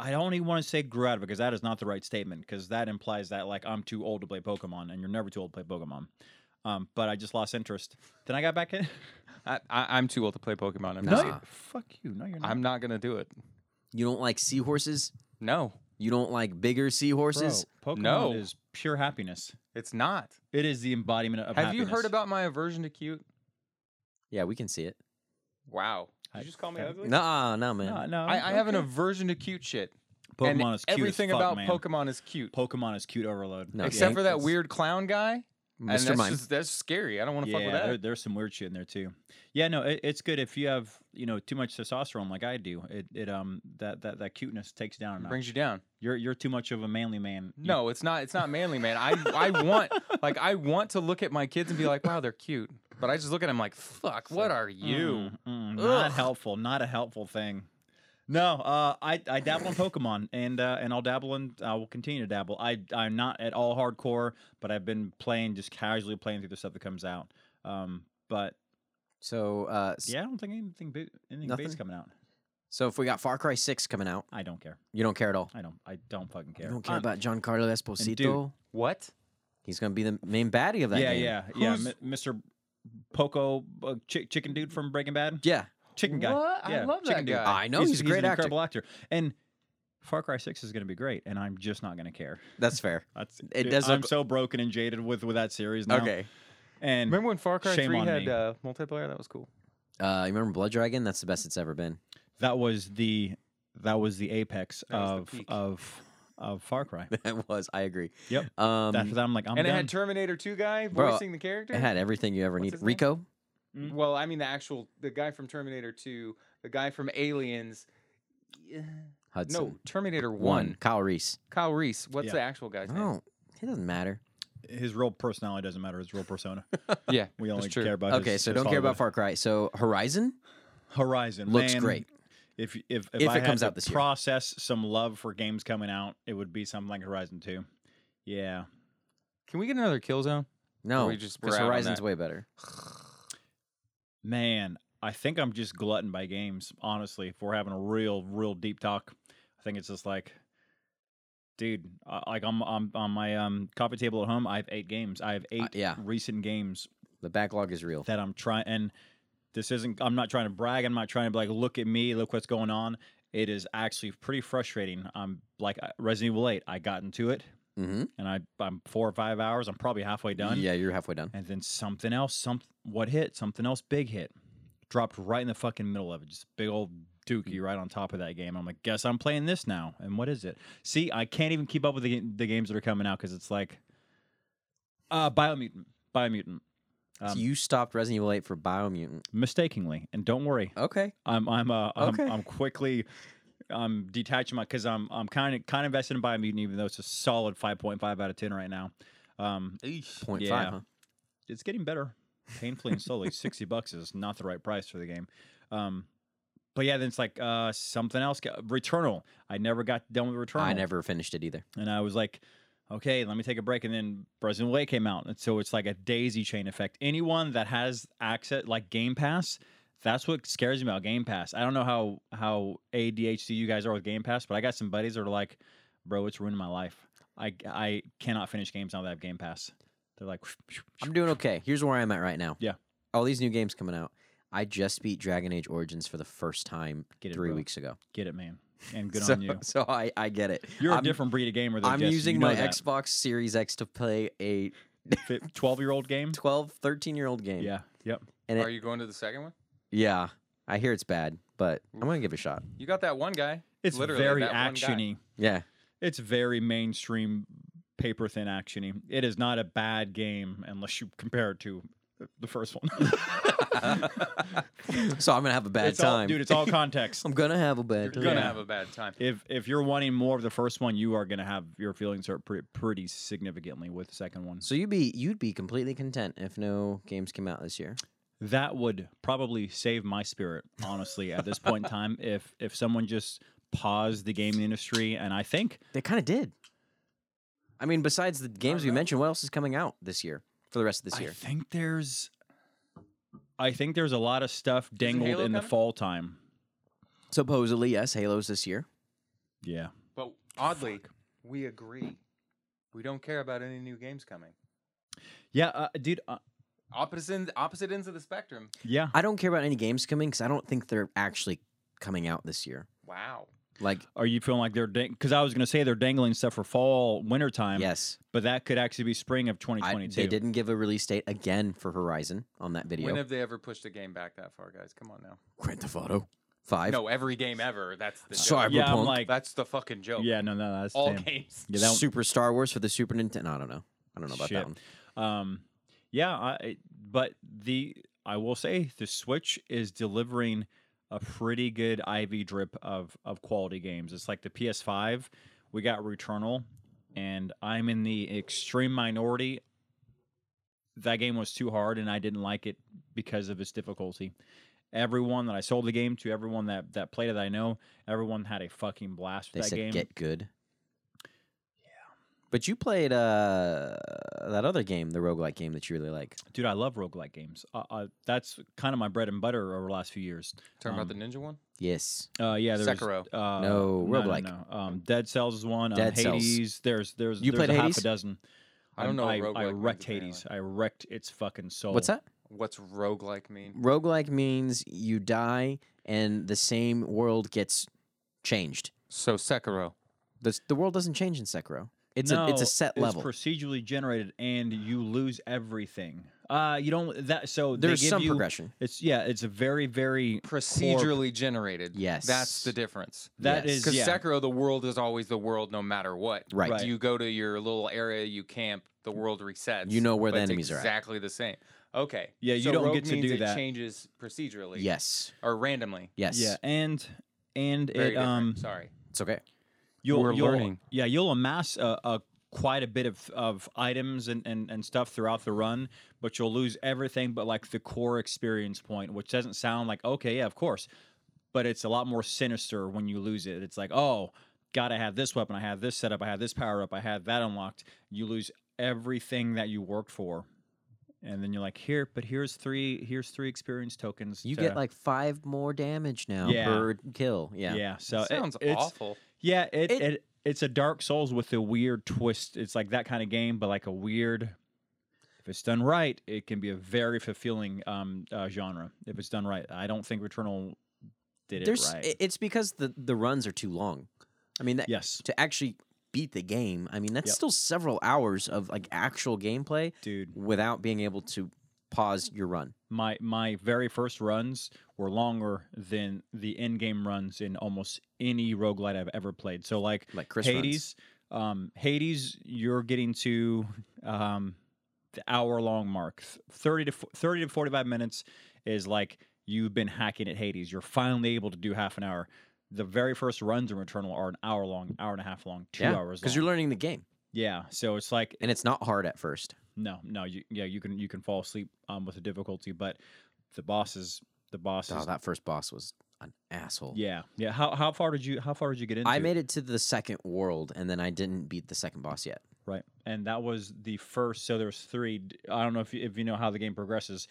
A: I don't even want to say grew out of it because that is not the right statement because that implies that like I'm too old to play Pokemon and you're never too old to play Pokemon. Um, but I just lost interest. Then I got back in.
C: I, I, I'm too old to play Pokemon. I'm,
B: No,
C: not,
B: you-
A: you- fuck you. No, you're not.
C: I'm not gonna do it.
B: You don't like seahorses?
C: No,
B: You don't like bigger seahorses?
A: Bro, Pokemon
C: No.
A: is pure happiness.
C: it's not.
A: It is the embodiment of
C: Have
A: happiness.
C: you heard about my aversion to cute?
B: Yeah, we can see it.
C: Wow. Did
A: I-
C: you just call me
A: okay.
C: ugly?
B: Nah, nah, man.
A: No, no.
C: I, I have an
A: okay.
C: aversion to cute shit. and
A: Pokemon is cute.
C: Everything
A: as fuck,
C: about
A: man.
C: Pokemon is cute.
A: Pokemon is cute overload.
B: No,
C: Except
B: yeah,
C: for that
A: that's-
C: weird clown guy. And
B: Mr.
C: that's,
B: Mime.
C: just- that's scary. I don't want to
A: Yeah,
C: fuck with
A: there-
C: that.
A: there's some weird shit in there too. Yeah, no, it, it's good if you have you know too much testosterone like I do. It, it um that that that cuteness takes down. a
C: It
A: notch.
C: brings you down.
A: You're you're too much of a manly man. You-
C: No, it's not. It's not manly, man. I, I want like I want to look at my kids and be like, wow, they're cute. But I just look at them like, fuck, what are you?
A: Mm, mm, not
C: Ugh.
A: helpful. Not a helpful thing. No, uh, I I dabble in Pokemon and uh, and I'll dabble and I will continue to dabble. I I'm not at all hardcore, but I've been playing just casually playing through the stuff that comes out. Um, but
B: so, uh, s-
A: yeah, I don't think anything big anything big's
B: Nothing?
A: coming out.
B: so if we got Far Cry 6 coming out,
A: I don't care.
B: you don't care at all.
A: I don't. I don't fucking care. Uh,
B: You don't care
A: I'm-
B: about Giancarlo Esposito?
C: What?
B: He's going to be the main baddie of that
A: yeah,
B: game.
A: yeah, yeah,
C: Who's-
A: Mi- Mr. Poco uh, chi- Chicken Dude from Breaking Bad.
B: Yeah.
A: Chicken guy.
C: What? I
A: Yeah,
C: love that
A: chicken dude.
C: guy.
B: I know he's, a great
A: an
B: actor.
A: incredible actor. And Far Cry Six is going to be great, and I'm just not going to care.
B: That's fair.
A: That's
B: It
A: dude,
B: does
A: I'm
B: look-
A: so broken and jaded with with that series now.
B: Okay.
A: and
C: Remember when Far Cry
A: Shame
C: 3
A: on
C: had
A: me.
C: uh, multiplayer? That was cool.
B: Uh, you remember Blood Dragon? That's the best it's ever been.
A: that was the that was the apex
C: That was the
A: of
C: peak.
A: of of Far Cry.
B: That was. I agree.
A: Yep.
B: Um,
A: After that, I'm like, I'm
C: and it
A: done.
C: had Terminator 2 guy
B: Bro,
C: voicing the character.
B: It had everything you ever
C: What's
B: needed.
C: his name?
B: Rico?
A: Mm.
C: Well, I mean the actual the guy from Terminator 2, the guy from Aliens. Yeah.
B: Hudson.
C: No, Terminator 1.
B: One. Kyle Reese.
C: Kyle Reese. What's
A: Yeah.
C: the actual guy's name?
B: Oh, it doesn't matter.
A: His real personality doesn't matter. His real persona.
C: Yeah.
A: We only
C: true.
A: care about.
B: Okay,
A: his-
B: so
A: his
B: don't care
A: Hollywood.
B: about Far Cry. So Horizon
A: Horizon.
B: looks
A: man,
B: great.
A: If if if,
B: If
A: I
B: it
A: had
B: comes
A: to
B: out this year.
A: process some love for games coming out, it would be something like Horizon Two. Yeah,
C: Can we get another kill zone?
B: No,
C: we just- we're
B: because
C: out on
B: Horizon's
C: that.
B: way better.
A: man, I think I'm just glutton by games. Honestly, if we're having a real, real deep talk, I think it's just like, dude, I, like I'm, I'm on my um coffee table at home. I have eight games. I have eight
B: Uh, yeah.
A: recent games
B: The backlog is real.
A: that I'm trying and this isn't I'm not trying to brag. I'm not trying to be like look at me, look what's going on. It is actually pretty frustrating. I'm like uh, Resident Evil 8. I got into it
B: Mm-hmm.
A: and I I'm 4 or 5 hours. I'm probably halfway done.
B: Yeah, you're halfway done.
A: And then something else, some what hit? Something else big hit. Dropped right in the fucking middle of it. Just big old dookie
B: Mm.
A: right on top of that game. I'm like, guess I'm playing this now. And what is it? See, I can't even keep up with the, ga- the games that are coming out because it's like, uh, Biomutant, Biomutant,
B: So
A: um,
B: you stopped Resident Evil 8 for Biomutant.
A: mistakenly. And don't worry,
B: Okay.
A: I'm I'm uh I'm,
B: Okay.
A: I'm quickly I'm detaching my because I'm I'm kind of kind of invested in Biomutant even though it's a solid 5.5 out of 10 right now. Um,
B: Point
A: Yeah.
B: five, huh?
A: it's getting better, painfully and slowly. 60 bucks is not the right price for the game. Um, but yeah, then it's like uh something else. ca- Returnal. I never got done with Returnal.
B: I never finished it either.
A: And I was like, okay, let me take a break. And then Resident Evil 8 came out. And so it's like a daisy chain effect. Anyone that has access, like Game Pass, That's what scares me about Game Pass. I don't know how how ADHD you guys are with Game Pass, but I got some buddies that are like, bro, it's ruining my life. I I cannot finish games now that I have Game Pass. They're like,
B: I'm doing okay. Here's where I'm at right now.
A: Yeah.
B: All these new games coming out. I just beat Dragon Age Origins for the first time
A: Get it,
B: three
A: bro.
B: weeks ago.
A: get it, man, and good
B: so,
A: on you.
B: So I, I get it.
A: You're
B: I'm-
A: a different breed of gamer. Than
B: I'm
A: Jesse. You
B: using
A: know
B: my
A: that.
B: Xbox Series X to play a
A: twelve year old game.
B: 12, 13 year old game.
A: Yeah. Yep.
B: And it-
C: Are you going to the second one?
B: Yeah. I hear it's bad, but I'm going to give it a shot.
C: You got that one guy.
A: It's
C: Literally
A: very
C: that one guy.
A: actiony.
B: Yeah.
A: It's very mainstream, paper thin actiony. It is not a bad game unless you compare it to the first one.
B: So I'm going to have a bad
A: it's all-
B: time.
A: dude. It's all context.
B: I'm going to have a bad time.
C: You're gonna
A: Yeah.
C: have a bad time.
A: if if you're wanting more of the first one, you are gonna have your feelings hurt pretty, pretty significantly with the second one.
B: So you'd be you'd be completely content if no games came out this year.
A: That would probably save my spirit, honestly, at this point in time. If if someone just paused the gaming industry, and I think
B: They kind of did. I mean, besides the games we mentioned, what else is coming out this year for the rest of this
A: I
B: year?
A: think there's, I think there's a lot of stuff dangled
C: Halo
A: in the
C: coming?
A: fall time.
B: Supposedly, yes, Halo's this year.
A: Yeah,
C: But oddly, we agree. We don't care about any new games coming.
A: yeah, uh, dude. Uh,
C: Opposite opposite ends of the spectrum.
A: yeah,
B: I don't care about any games coming because I don't think they're actually coming out this year.
C: Wow.
B: Like,
A: are you feeling like they're because I was gonna say they're dangling stuff for fall winter time.
B: yes,
A: but that could actually be spring of
B: I-
A: 2022.
B: they didn't give a release date again for Horizon on that video.
C: When have they ever pushed a game back that far, guys? Come on now.
B: Grand Theft Auto Five.
C: no, every game ever. That's the
B: Sorry,
C: joke.
A: Yeah, I'm
B: Cyberpunk.
A: like,
C: That's the fucking joke.
A: yeah, no, no, that's
C: All
A: damn-
C: games.
A: Yeah, that one-
B: Super Star Wars for the Super Nintendo. I don't know. I don't know about
A: Shit.
B: that one.
A: Um, yeah, I, I- but the I will say the Switch is delivering a pretty good IV drip of of quality games. It's like the PS5. We got Returnal, and I'm in the extreme minority. That game was too hard, and I didn't like it because of its difficulty. Everyone that I sold the game to, everyone that that played it, I know, everyone had a fucking blast
B: They
A: with that
B: said
A: game.
B: get good. Yeah. But you played uh that other game, the roguelike game that you really like.
A: Dude, I love roguelike games. Uh, uh, that's kind of my bread and butter over the last few years.
C: Talking
A: Um,
C: about the ninja one?
B: Yes.
A: Uh, yeah, there's
C: Sekiro.
A: Uh,
B: No, roguelike.
A: No, no. Um, Dead Cells is one.
B: Dead
A: um,
B: Cells.
A: Hades. There's there's
B: You
A: there's
B: played
A: a half
B: Hades?
A: a dozen.
C: I don't know
A: I,
C: what roguelike
A: I
C: means,
A: wrecked
C: apparently.
A: Hades. I wrecked its fucking soul.
B: What's that?
C: What's roguelike mean?
B: Roguelike means you die and the same world gets changed.
C: So Sekiro.
B: The, s- the world doesn't change in Sekiro. It's a it's
A: No,
B: a set
A: it's
B: level.
A: procedurally generated, and you lose everything. Uh, you don't that. So they
B: There's
A: give
B: some
A: you-
B: progression.
A: It's yeah. It's a very very
C: Procedurally generated.
B: Yes.
C: That's the difference.
A: that
B: Yes.
A: is
C: Because
A: yeah.
C: Sekiro, the world is always the world no matter what.
B: Right.
A: Right.
C: You go to your little area, you camp, the world resets.
B: You know where the
C: but it's
B: enemies are at.
C: Exactly the same. Okay.
A: Yeah, you
C: so
A: don't
C: rogue
A: get to
C: means
A: do
C: it
A: that.
C: changes procedurally.
B: Yes.
C: Or randomly.
B: Yes.
A: yeah, and and
C: Very
A: it
C: different.
A: um
C: Sorry.
B: It's okay.
A: you'll,
C: We're
A: you'll-
C: learning.
A: Yeah, you'll amass a, a quite a bit of, of items and, and, and stuff throughout the run, but you'll lose everything but like the core experience point, which doesn't sound like okay, yeah, of course, but it's a lot more sinister when you lose it. It's like oh, gotta have this weapon, I have this setup, I have this power up, I have that unlocked. You lose everything that you worked for. And then you're like, here, but here's three, here's three experience tokens.
B: You
A: to-"
B: get like five more damage now
A: Yeah.
B: per kill. Yeah.
A: yeah. So it-
C: sounds
A: it's,
C: awful.
A: yeah, it,
B: It-
A: it, it's a Dark Souls with a weird twist. It's like that kind of game, but like a weird. If it's done right, it can be a very fulfilling um, uh, genre. If it's done right, I don't think Returnal did it
B: There's
A: right.
B: i- it's because the the runs are too long. I mean that
A: yes,
B: to actually beat the game, I mean that's
A: Yep.
B: still several hours of like actual gameplay
A: dude.
B: without being able to pause your run.
A: My my very first runs were longer than the end game runs in almost any roguelite I've ever played. So like
B: Like Chris runs.
A: Hades, um, Hades, you're getting to um, the hour long mark. Th- Thirty to fo- thirty to forty five minutes is like you've been hacking at Hades. You're finally able to do half an hour. The very first runs in Returnal are an hour long, hour and a half long, two
B: Yeah,
A: hours long.
B: because you're learning the game
A: yeah, so it's like
B: and it's not hard at first.
A: no, no, you, yeah, you can you can fall asleep um, with the difficulty, but the bosses, the bosses,
B: Oh, that first boss was an asshole.
A: yeah, yeah. How how far did you how far did you get into?
B: I
A: it?
B: made it to the second world and then I didn't beat the second boss yet.
A: Right. And that was the first. So there's three. d- I don't know if you, if you know how the game progresses.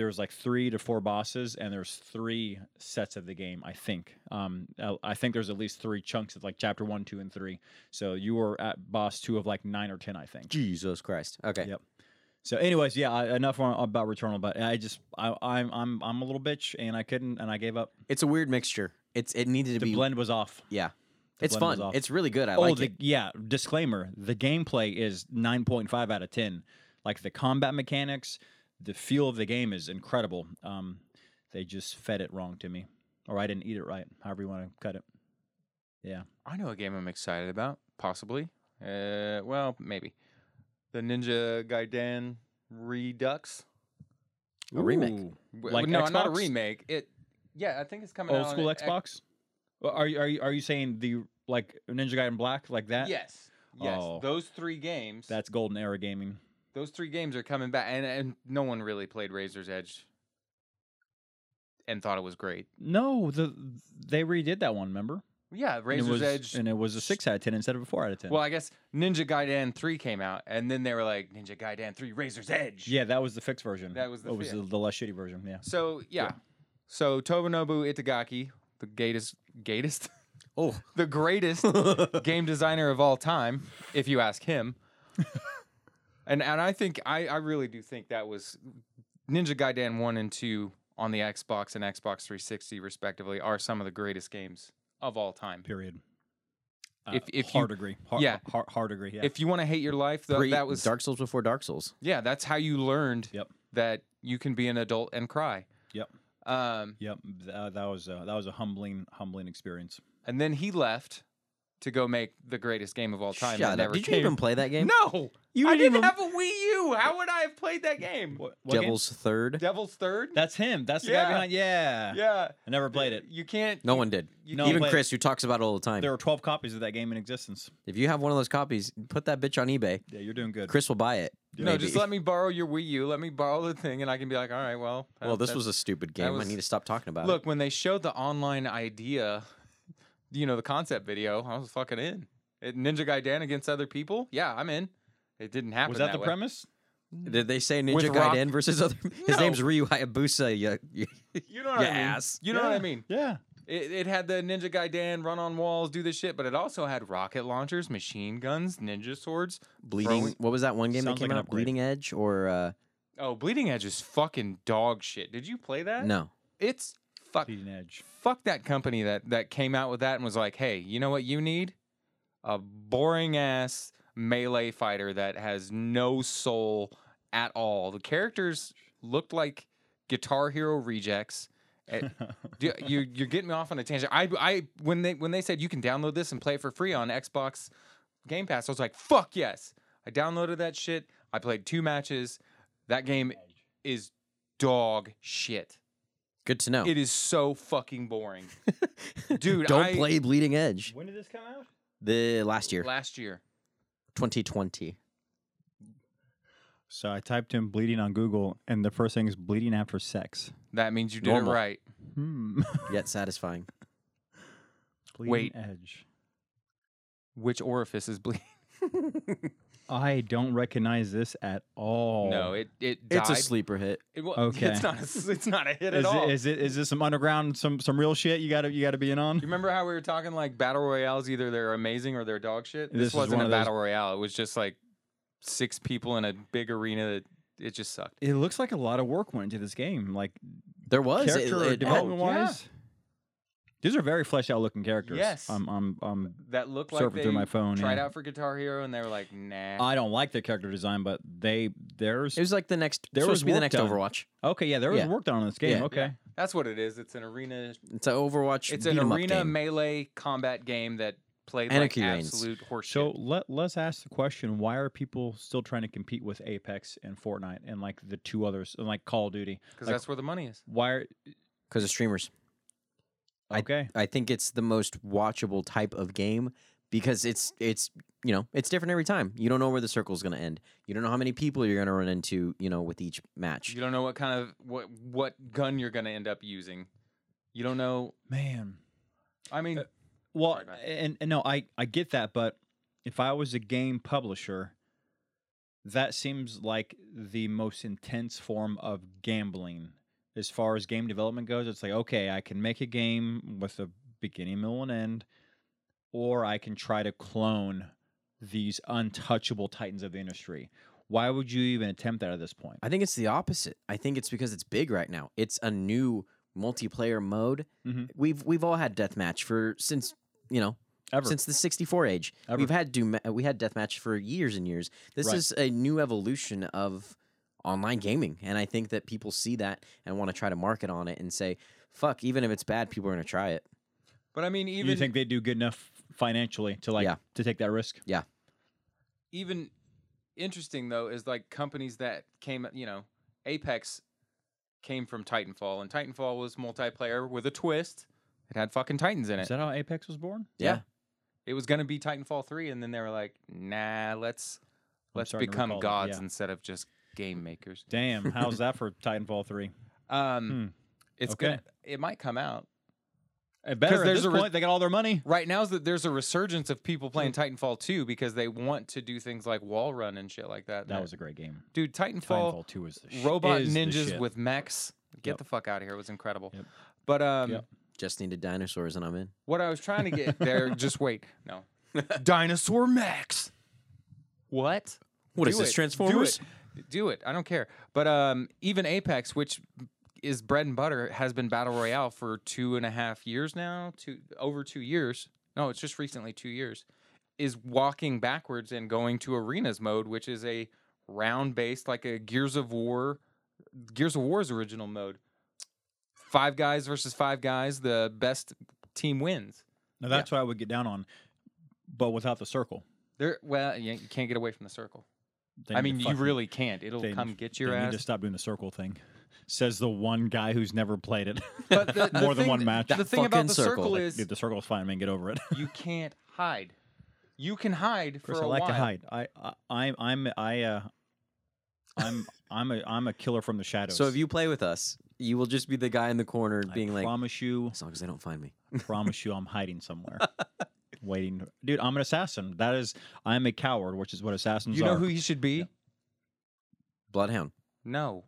A: there's like three to four bosses, and there's three sets of the game. I think. Um, I- I think there's at least three chunks of like chapter one, two, and three. So you were at boss two of like nine or ten, I think.
B: Jesus Christ. Okay.
A: Yeah. So, anyways, yeah, I, enough on, about Returnal, but I just I, I'm I'm I'm a little bitch, and I couldn't, and I gave up.
B: It's a weird mixture. It's it needed to
A: The
B: be
A: blend was off.
B: yeah.
A: the
B: It's
A: blend was
B: fun.
A: off.
B: It's really good. I
A: oh,
B: like
A: the,
B: it.
A: yeah. Disclaimer: the gameplay is 9.5 out of 10. Like the combat mechanics, the feel of the game is incredible. Um, they just fed it wrong to me, or I didn't eat it right. However you want to cut it.
C: I know a game I'm excited about, possibly. Uh, well, maybe. The Ninja Gaiden Redux.
B: A remake.
C: W-
A: Like
C: no, not a
A: Xbox?
C: remake. It. Yeah, I think it's coming out
A: old
C: on
A: school
C: X-
A: Xbox. Well, are you are you are you saying the like Ninja Gaiden Black like that?
C: Yes. Yes.
A: Oh.
C: Those three games.
A: that's golden era gaming.
C: those three games are coming back, and and no one really played Razor's Edge. And thought it was great.
A: No, the they redid that one. Remember,
C: Yeah, Razor's
A: and it was,
C: Edge.
A: and it was a six out of ten instead of a four out of ten.
C: well, I guess Ninja Gaiden 3 came out, and then they were like, Ninja Gaiden 3 Razor's Edge.
A: yeah, that was the fixed version.
C: That was the
A: it was
C: fi-
A: the, the less shitty version. Yeah.
C: So yeah. So Tobunobu Itagaki, the greatest, greatest,
B: Oh.
C: the greatest game designer of all time, if you ask him. and and I think I I really do think that was Ninja Gaiden one and two on the Xbox and Xbox 360 respectively are some of the greatest games of all time.
A: Period. Uh,
C: If- if you-
A: hard agree, hard,
C: yeah.
A: hard, hard agree. Yeah,
C: If you want to hate your life, tho-
B: Pre-
C: that was
B: Dark Souls before Dark Souls.
C: yeah. That's how you learned
A: Yep.
C: that you can be an adult and cry.
A: Yep.
C: Um,
A: yep. uh, That, that was a, that was a humbling, humbling experience.
C: And then he left to go make the greatest game of all time. that
B: Shut up.
C: never
B: Did
C: came.
B: you even play that game?
C: No,
A: You
C: I didn't
A: even-
C: have a Wii U. How would I have played that game?
A: What, what game?
B: Devil's Third.
C: Devil's Third.
A: That's him. That's the
C: Yeah.
A: guy behind. Yeah.
C: yeah,
A: I never played it.
C: You can't.
B: no one did.
C: you
A: No,
B: Even
A: but-
B: Chris, who talks about it all the time.
A: There were twelve copies of that game in existence.
B: If you have one of those copies, put that bitch on eBay.
A: Yeah, you're doing good.
B: Chris will buy it.
C: No,
B: Maybe.
C: just let me borrow your Wii U. Let me borrow the thing, and I can be like, all right, well. uh,
B: Well, this
C: that's-
B: was uh, a stupid game. I
C: was-
B: need to stop talking about
C: Look, when they showed the online idea, you know, the concept video, I was fucking in. It, Ninja Gaiden against other people. Yeah, I'm in. It didn't happen.
A: was that, the
C: way.
A: premise?
B: it. Did they say
C: With
B: Ninja
C: Rock-
B: Gaiden versus other? His
C: No.
B: name's Ryu Hayabusa. You, you-
C: You know what I mean.
B: Yes.
C: You know what
A: Yeah.
C: I mean.
A: Yeah.
C: It, it had the Ninja Gaiden run on walls, do this shit, but it also had rocket launchers, machine guns, ninja swords.
B: bleeding.
C: Throwing-
B: What was that one game
A: Sounds
B: that came
A: like an
B: out?
A: upgrade.
B: Bleeding Edge or uh,
C: Oh, Bleeding Edge is fucking dog shit. Did you play that?
B: no?
C: It's fuck
A: Bleeding Edge.
C: fuck that company that that came out with that and was like, "Hey, you know what you need? A boring ass melee fighter that has no soul at all. The characters looked like Guitar Hero rejects. It- Do- you you're getting me off on a tangent. I I when they when they said you can download this and play it for free on Xbox Game Pass, I was like, fuck yes. I downloaded that shit. I played two matches. That game is dog shit.
B: Good to know.
C: It is so fucking boring, dude.
B: Don't
C: I-
B: play Bleeding Edge.
A: when did this come out?
B: The last year,
C: Last year,
B: 2020.
A: So I typed in bleeding on Google, and the first thing is bleeding after sex.
C: that means you did
B: Normal.
C: it right.
A: Hmm.
B: Yet satisfying.
A: bleeding
C: Wait.
A: Edge.
C: Which orifice is bleeding?
A: I don't recognize this at all.
C: No, it it died.
B: Oh. It's a sleeper hit.
C: It wa-
A: Okay.
C: it's not a, s- it's not a hit
A: is
C: at all.
A: it, is it is this some underground some some real shit you gotta you gotta be in on?
C: You remember how we were talking like battle royales? Either they're amazing or they're dog shit.
A: This
C: This,
A: is
C: wasn't
A: one
C: a
A: of those-
C: battle royale. It was just like six people in a big arena. That it just sucked.
A: It looks like a lot of work went into this game, like
B: There was it-
A: character
B: it- it-
A: development
C: yeah.
A: wise. These are very fleshed out looking characters.
C: Yes.
A: I'm I'm I'm
C: That looked like
A: surfing
C: they
A: through my phone.
C: tried
A: yeah.
C: out for Guitar Hero and they were like, nah.
A: I don't like their character design, but they there's
B: It was like the next.
A: There
B: supposed
A: was
B: to be the
A: work
B: next
A: done.
B: Overwatch.
A: okay. Yeah, there was
B: Yeah.
A: work done on this game.
B: Yeah.
A: okay,
C: That's what it is. It's an arena.
B: It's an Overwatch.
C: It's an
B: 'em up
C: arena
B: game.
C: melee combat game that played
B: Anarchy
C: like
B: Reigns.
C: absolute horseshit.
A: so let let's ask the question: Why are people still trying to compete with Apex and Fortnite and like the two others and like Call of Duty?
C: because
A: like-
C: that's where the money is.
A: Why? Are,
B: because of streamers.
A: okay,
B: I think it's the most watchable type of game because it's it's you know it's different every time. You don't know where the circle's going to end. You don't know how many people you're going to run into. You know with each match.
C: You don't know what kind of what what gun you're gonna end up using. You don't know.
A: man.
C: I mean,
A: Uh, Well,
C: Sorry, man.
A: and, and no, I I get that, but if I was a game publisher, that seems like the most intense form of gambling as far as game development goes. It's like, okay, I can make a game with a beginning, middle, and end, or I can try to clone these untouchable titans of the industry. Why would you even attempt that at this point?
B: I think it's the opposite. I think it's because it's big right now. It's a new multiplayer mode.
A: Mhm.
B: We've we've all had deathmatch for since you know
A: Ever.
B: since the 64 age.
A: Ever.
B: We've had do we had deathmatch for years and years. This
A: Right.
B: is a new evolution of online gaming, and I think that people see that and want to try to market on it and say, "Fuck, even if it's bad, people are going to try it."
C: But I mean,
A: you
C: even
A: think they do good enough financially to like
B: Yeah.
A: to take that risk?
C: even interesting though is like companies that came, you know, Apex came from Titanfall, and Titanfall was multiplayer with a twist. It had fucking Titans in
A: Is
C: it.
A: that how Apex was born?
B: Yeah.
C: It was gonna be Titanfall three, and then they were like, nah, let's
A: I'm
C: let's
A: starting to
C: become
A: recall that,
C: gods
A: yeah.
C: instead of just game makers.
A: Damn, how's that for Titanfall three?
C: Um,
A: Hmm.
C: it's
A: Okay.
C: gonna it might come out.
A: It better at
C: there's
A: this
C: a re-
A: point. Hmm. they got all their money.
C: Right now, that there's a resurgence of people playing Titanfall 2 because they want to do things like wall run and shit like that.
A: That was a great game.
C: dude, Titanfall,
A: Titanfall two was the sh-
C: robot
A: is the
C: ninjas
A: shit.
C: with mechs. Get
A: Yep.
C: the fuck out of here! It was incredible.
A: Yep.
C: But um,
A: Yep.
B: Just needed dinosaurs, and I'm in.
C: what I was trying to get there, just wait, no, dinosaur mechs. What?
B: What
C: What
B: is
C: is
B: this, Transformers?
C: Do it. Do it. I don't care. But um, even Apex, which is bread and butter, has been battle royale for two and a half years now. Two over two years. No, it's just recently two years. Is walking backwards and going to arenas mode, which is a round based like a Gears of War. Gears of War's original mode. Five guys versus five guys. The best team wins.
A: Now that's what I would get down on, but without the circle.
C: There. Well, you you can't get away from the circle.
A: They
C: I
A: need to
C: mean, you
A: fucking-
C: really can't. It'll
A: they-
C: come get
A: they
C: your
A: need
C: ass.
A: to stop doing the circle thing. Says the one guy who's never played it.
C: But the- the
A: More than
C: thing
A: one
C: th-
A: match.
C: The thing
B: fucking
C: about the circle,
B: circle. Like,
C: is
A: Dude, the circle's fine, man. Get over it.
C: you can't hide. You can hide
A: Chris,
C: for
A: I
C: a
A: like
C: while.
A: to hide. I, I, I'm, I'm, I, uh, I'm, I'm a, I'm a killer from the shadows.
B: So if you play with us, you will just be the guy in the corner
A: I
B: being like,
A: promise you,
B: as long as they don't find me.
A: promise you, I'm hiding somewhere, waiting. Dude, I'm an assassin. That is, I'm a coward, which is what assassins
C: You
A: are.
C: know who you should be?
B: Bloodhound,
C: No,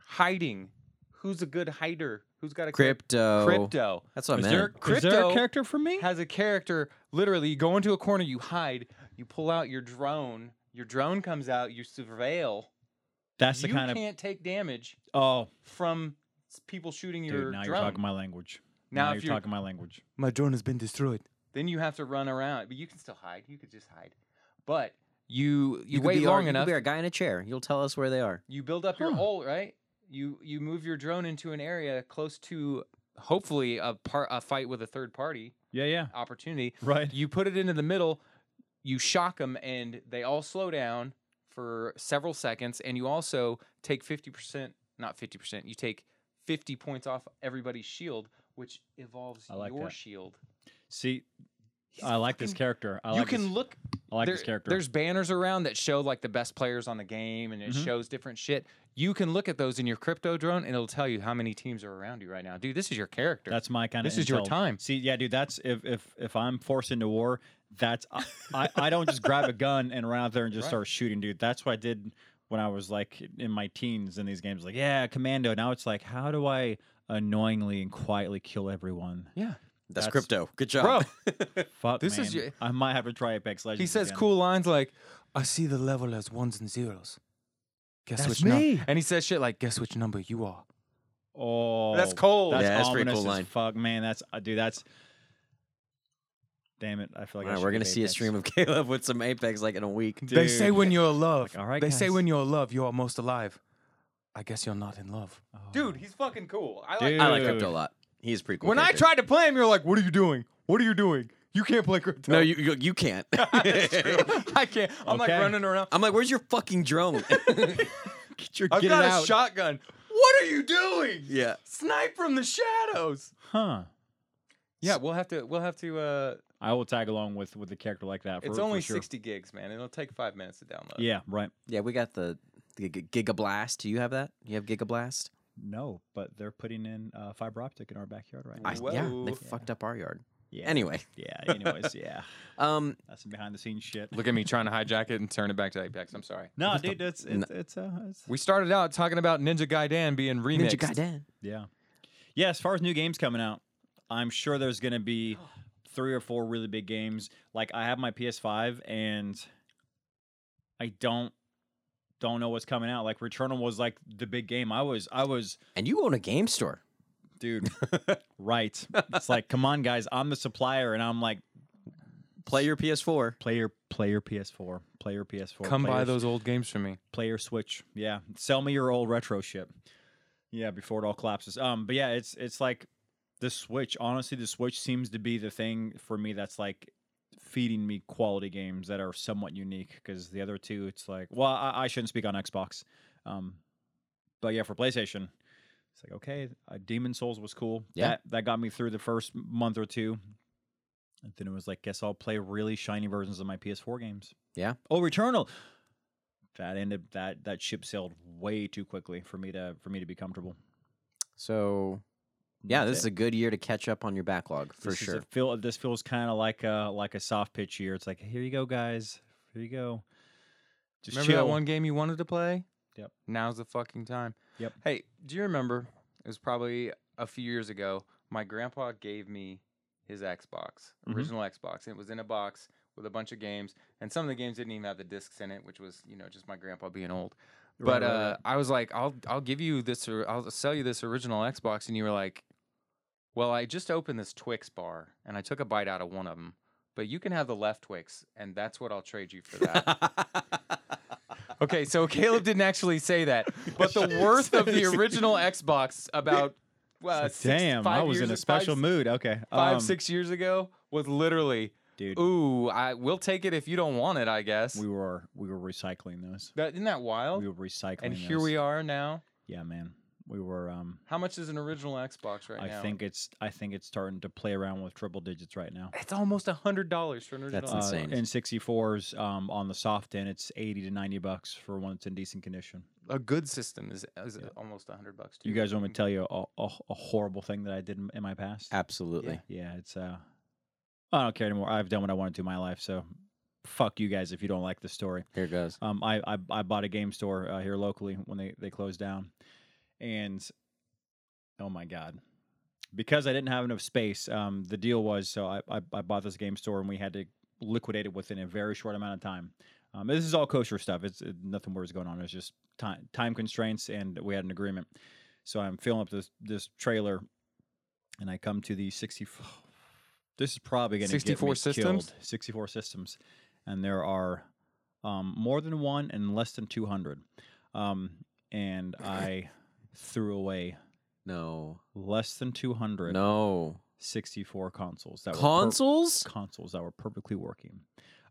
C: hiding. Who's a good hider? Who's got a char-
B: crypto.
C: Crypto
B: That's what
A: is
B: I
A: there,
B: meant.
A: is there
C: Crypto
A: a character for me?
C: has a character. Literally, you go into a corner, you hide, you pull out your drone. Your drone comes out, you surveil.
A: That's the
C: you
A: kind of.
C: can't take damage
A: Oh,
C: from s- people shooting
A: dude,
C: your
A: now you're
C: drone.
A: talking my language.
C: Now
A: now
C: if
A: you're
C: you're-
A: talking my language.
C: my drone has been destroyed. Then you have to run around, but you can still hide. You could just hide, but you you,
B: could
C: wait
B: be our-
C: long
B: you could
C: enough.
B: be a guy in a chair. You'll tell us where they are.
C: You build up your
A: Huh.
C: ult, right? You you move your drone into an area close to hopefully a part a fight with a third party
A: Yeah, yeah.
C: opportunity.
A: Right.
C: You put it into the middle, you shock them, and they all slow down for several seconds, and you also take fifty percent, not fifty percent. You take fifty points off everybody's shield, which evolves
A: I like
C: your
A: that.
C: shield.
A: See,
C: He's
A: I like this
C: fucking-
A: character. I
C: you
A: like
C: can
A: this,
C: look
A: I like
C: there-
A: this character.
C: There's banners around that show like the best players on the game and it
A: Mhm.
C: shows different shit. You can look at those in your crypto drone and it'll tell you how many teams are around you right now. Dude, this is your character.
A: That's my kind of.
C: This is your time.
A: See, yeah, dude. That's if if if I'm forced into war, that's I I, I don't just grab a gun and run out there and just
C: Right.
A: start shooting, dude. That's what I did when I was like in my teens in these games. Like, yeah, commando. Now it's like, how do I annoyingly and quietly kill everyone?
C: yeah.
B: That's,
A: That's-
B: crypto. Good job.
C: Bro,
A: Fuck,
C: This
A: this
C: is
A: is.
C: your-
A: I might have to try Apex Legends.
C: he says
A: again.
C: cool lines like, I see the level as ones and zeros. Guess
A: That's
C: which num-"
A: me.
C: And he says shit like, guess which number you are.
A: Oh,
C: That's cold.
A: That's
B: Yeah, that's pretty
A: ominous
B: cool
A: as
B: line.
A: fuck, man. That's uh, dude. That's. Damn it! I feel
B: All
A: like
B: right,
A: I
B: we're gonna see a stream of Caleb with some Apex like in a week.
A: Dude. They say
C: when you're in love.
A: Like, "All right, they say guys." when
C: you're in love, you are most alive. I guess you're not in love. Dude, he's fucking cool. I like
A: Oh. Dude.
B: I like crypto a lot. He's pretty cool.
C: When I
B: character.
C: tried to play him, you're like, "What are you doing? What are you doing? You can't play crypto."
B: no, you you, you can't.
C: I can't. I'm like
A: Okay.
C: running around.
B: I'm like, where's your fucking drone?
A: get your
C: I've
A: get
C: got
A: it
C: a
A: out,
C: shotgun. What are you doing?
B: yeah.
C: Snipe from the shadows.
A: huh?
C: Yeah, we'll have to. We'll have to. Uh,
A: I will tag along with with a character like that. For,
C: it's
A: for
C: only
A: sure.
C: 60 gigs, man. It'll take five minutes to download.
A: Yeah, right.
B: Yeah, we got the, the G- Giga Blast. Do you have that? You have Giga Blast?
A: No, but they're putting in uh, fiber optic in our backyard right now.
B: I, yeah, they
C: Whoa.
B: fucked up our yard.
A: Yeah.
B: Anyway,
A: Yeah. Anyways, yeah.
B: um,
A: That's some behind the scenes shit.
C: Look at me trying to hijack it and turn it back to Apex. I'm sorry.
A: No, dude, it's
B: No.
A: it's it's, uh, it's
C: We started out talking about Ninja Gaiden being remixed.
B: Ninja Gaiden.
A: yeah, yeah. As far as new games coming out, I'm sure there's gonna be three or four really big games. Like I have my PS5 and I don't don't know what's coming out. Like Returnal was like the big game. I was I was
B: And you own a game store.
A: dude right. It's like come on guys, I'm the supplier, and I'm like
B: Play your PS4.
A: player player PS4 player PS4.
C: Come
A: player
C: buy those old games for me.
A: player switch yeah sell me your old retro shit yeah before it all collapses um but yeah it's it's like the switch honestly the switch seems to be the thing for me that's like feeding me quality games that are somewhat unique because the other two it's like well I, I shouldn't speak on xbox um but yeah for playstation it's like okay uh, demon souls was cool
B: Yeah.
A: that, that got me through the first month or two and then it was like guess i'll play really shiny versions of my ps4 games
B: Yeah.
A: oh returnal that ended that that ship sailed way too quickly for me to for me to be comfortable.
B: So, yeah,
A: That's
B: this is a
A: it.
B: good year to catch up on your backlog for
A: This is a
B: sure.
A: feel this feels kind of like a like a soft pitch year. It's like here you go, guys, here you go. Just
C: remember
A: chill.
C: that one game you wanted to play?
A: Yep.
C: Now's the fucking time.
A: Yep.
C: Hey, do you remember? It was probably a few years ago. My grandpa gave me his Xbox,
A: Mhm.
C: original Xbox. It was in a box with a bunch of games, and some of the games didn't even have the discs in it, which was, you know, just my grandpa being old.
A: Right,
C: But
A: right,
C: uh, I was like, I'll I'll give you this, or I'll sell you this original Xbox, and you were like, Well, I just opened this Twix bar, and I took a bite out of one of them, but you can have the left Twix, and that's what I'll trade you for that. okay, so Caleb didn't actually say that, but the worth of the original Xbox about uh, six,
A: Damn, I
C: five
A: was
C: years-
A: in a special
C: five,
A: mood. Okay,
C: Five
A: um,
C: six years ago was literally,
A: dude.
C: ooh, I we'll take it if you don't want it, I guess.
A: We were we were recycling those.
C: that, isn't that wild?
A: We were recycling.
C: and here we are now.
A: Yeah, man. We were. Um,
C: How much is an original Xbox right
A: I
C: now?
A: think it's I think it's starting to play around with triple digits right now.
C: it's almost a hundred dollars for an original.
B: That's
A: Uh,
C: Xbox.
B: insane.
A: and 64s um, on the soft end, it's 80 to 90 bucks for one that's in decent condition.
C: A good system is, is almost a hundred bucks. Too.
A: You guys want me to tell you a, a, a horrible thing that I did in, in my past?
B: Absolutely.
A: Yeah, it's uh, I don't care anymore. I've done what I wanted to in my life, so fuck you guys if you don't like the story.
B: Here it goes.
A: Um, I I, I bought a game store uh, here locally when they they closed down, and oh my god, because I didn't have enough space. Um, the deal was so I I, I bought this game store and we had to liquidate it within a very short amount of time. Um, this is all kosher stuff. It's it, nothing weird is going on. It's just time time constraints, and we had an agreement. So I'm filling up this this trailer, and I come to the 64. This is probably going to
C: 64
A: get me
C: systems?
A: Killed. 64 systems, and there are um, more than one and less than 200. Um, and I threw away
B: No.
A: less than 200
B: No.
A: 64 consoles that were
B: Consoles?
A: per- consoles that were perfectly working.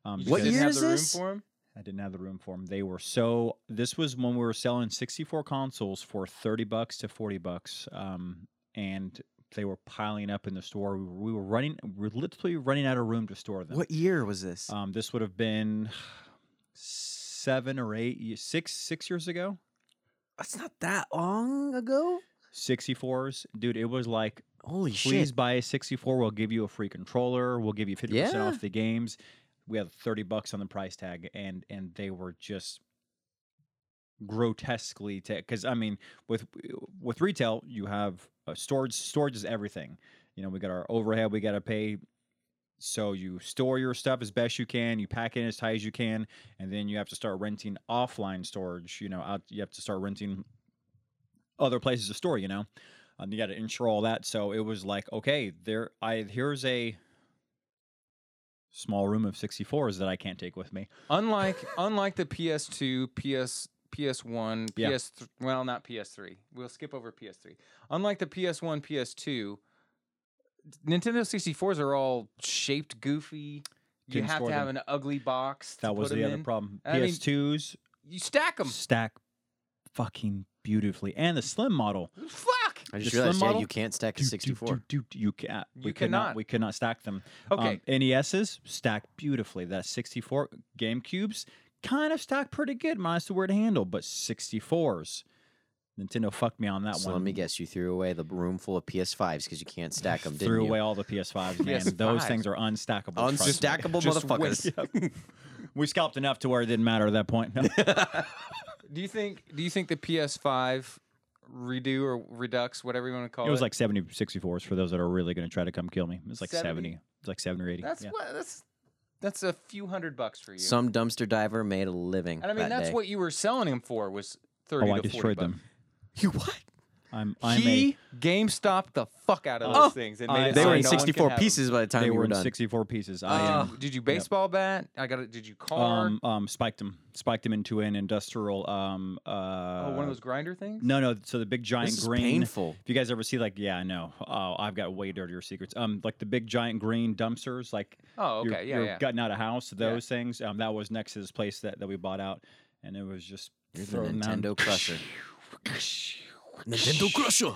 A: Um,
C: You
B: What
A: because
C: just didn't
B: year
C: have
B: is
C: the room
B: this?
C: for 'em?
A: I didn't have the room for them. They were so. This was when we were selling 64 consoles for 30 bucks to 40 bucks, um, and they were piling up in the store. We were, we were running. We were literally running out of room to store them.
B: What year was this?
A: Um, this would have been seven or eight, ye- six six years ago.
B: That's not that long ago.
A: 64s, dude. It was like
B: Holy
A: please
B: shit.
A: buy a 64 we'll give you a free controller we'll give you 50%
B: Yeah.
A: off the games we had 30 bucks on the price tag and and they were just grotesquely because i mean with with retail you have uh, storage storage is everything you know we got our overhead we got to pay so you store your stuff as best you can you pack it in as tight as you can and then you have to start renting offline storage you know out, you have to start renting other places to store you know um, you got to insure all that so it was like okay there i here's a small room of 64s that i can't take with me
C: Unlike unlike the PS2, PS PS1,
A: Yeah.
C: PS well not PS3. We'll skip over PS3. Unlike the PS1, PS2, Nintendo 64s are all shaped goofy. You
A: Couldn't
C: have
A: store
C: to have
A: them.
C: an ugly box. to
A: that was
C: put
A: the
C: 'em
A: other
C: in.
A: problem
C: I mean-
A: ps2s
C: You stack them.
A: stack fucking beautifully and the slim model
C: Fuck.
B: I
A: the
B: just
A: slim
B: realized, yeah,
A: model?
B: you can't stack a
A: Do, do,
B: 64.
A: do, do, you can't we
C: You
A: could not
C: cannot.
A: we could not stack them
C: Okay.
A: Um, NESs stack beautifully. That 64 GameCubes kind of stack pretty good, minus the word handle, but 64s Nintendo fucked me on that
B: so
A: one.
B: let me guess, you threw away the room full of PS5s because you can't stack them, didn't
A: Threw
B: you?
A: away all the PS5s, man. Those
C: PS5s.
A: things are unstackable. trust me.
B: Unstackable
C: Just wait.
B: motherfuckers.
A: We scalped enough to where it didn't matter at that point. No.
C: Do you think? Do you think the PS5 redo or redux, whatever you want to call it,
A: It was like 70 64s for those that are really going to try to come kill me. It's like 70.
C: 70.
A: It's like 70 or 80.
C: that's
A: yeah.
C: what that's that's a few hundred bucks for you.
B: Some dumpster diver made a living.
C: and I mean,
B: that
C: that's
B: day.
C: what you were selling them for was thirty.
A: Oh, I
C: to 40
A: destroyed
C: bucks.
A: them.
B: you what?
A: I'm, I'm
C: he
A: a,
C: GameStop the fuck out of
A: Oh,
C: those things. And made
A: I-
C: it
B: They
C: so
B: were
C: no
B: in
C: one could
B: 64
C: have 'em.
B: pieces by the time
A: they
B: you
A: were in
B: done.
A: 64 pieces. I
C: Uh,
A: am,
C: did you baseball bat? I got it. Did you car?
A: um, um, spiked him, spiked him into an industrial, um, uh,
C: oh, one of those grinder things.
A: no, no. So the big giant
B: This is
A: green,
B: painful.
A: If you guys ever see like, yeah, I know. Oh, I've got way dirtier secrets. Um, like the big giant green dumpsters, like
C: Oh,
A: you're-
C: okay, yeah,
A: you're
C: yeah.
A: gutting out a house, those things. Um, that was next to this place that, that we bought out, and it was just
B: You're the
A: throwing down-
B: Nintendo crusher. Nintendo crusher.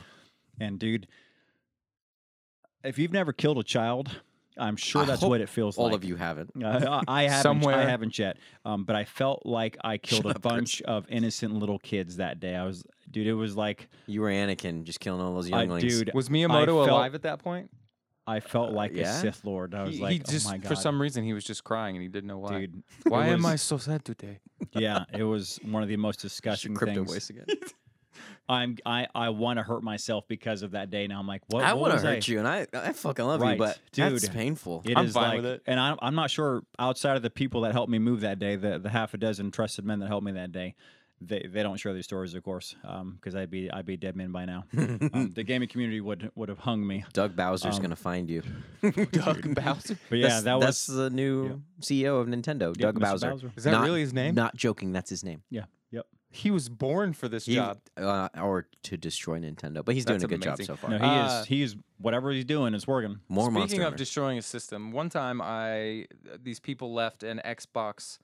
A: And dude, if you've never killed a child, I'm sure
B: I
A: that's
B: hope
A: what it feels
B: All
A: like.
B: of you haven't.
A: Uh, I I haven't.
C: Somewhere.
A: I haven't yet. Um, but I felt like I killed
B: Shut
A: a
B: up, Chris.
A: bunch of innocent little kids that day. I was, dude. It was like,
B: You were Anakin, just killing all those
A: I,
B: younglings. Uh,
A: dude.
C: Was Miyamoto
A: I felt-
C: alive at that point?
A: I felt like a
B: yeah?
A: Sith Lord. I was
C: he,
A: like,
C: he just
A: oh my god,
C: for some reason he was just crying and he didn't know why.
A: dude.
C: why
A: it
C: am I
A: was-
C: so sad today?
A: Yeah, it was one of the most
B: Just
A: disgusting
B: crypto
A: things.
B: voice again.
A: I'm, I, I want to hurt myself because of that day. Now I'm like, what?
B: I
A: what
B: want to
A: was
B: hurt you, and I, I fucking love
A: Right,
B: you, but that's
A: dude.
B: painful.
A: It is
C: I'm fine
A: like,
C: with it.
A: and I'm, I'm not sure outside of the people that helped me move that day, the, the half a dozen trusted men that helped me that day, they, they don't share these stories, of course, because I'd be I'd be a dead man by now. um, the gaming community would would have hung me.
B: Doug Bowser's gonna find you.
C: Doug Bowser.
A: Um, But yeah,
B: that's,
A: that was
B: that's the new CEO of Nintendo,
A: yeah, Mr.
B: Doug Bowser.
C: Is that
B: Not-
C: really his name?
B: Not joking, that's his name.
A: Yeah. Yep.
C: He was born for this
B: He,
C: job.
B: uh, or to destroy Nintendo, but he's doing
C: That's
B: a good job
C: amazing.
B: so far.
A: No, he
C: Uh,
A: is. He is. Whatever he's doing, it's working.
B: More
C: Speaking
B: Monster
C: of
B: Hunter.
C: destroying a system, one time I these people left an Xbox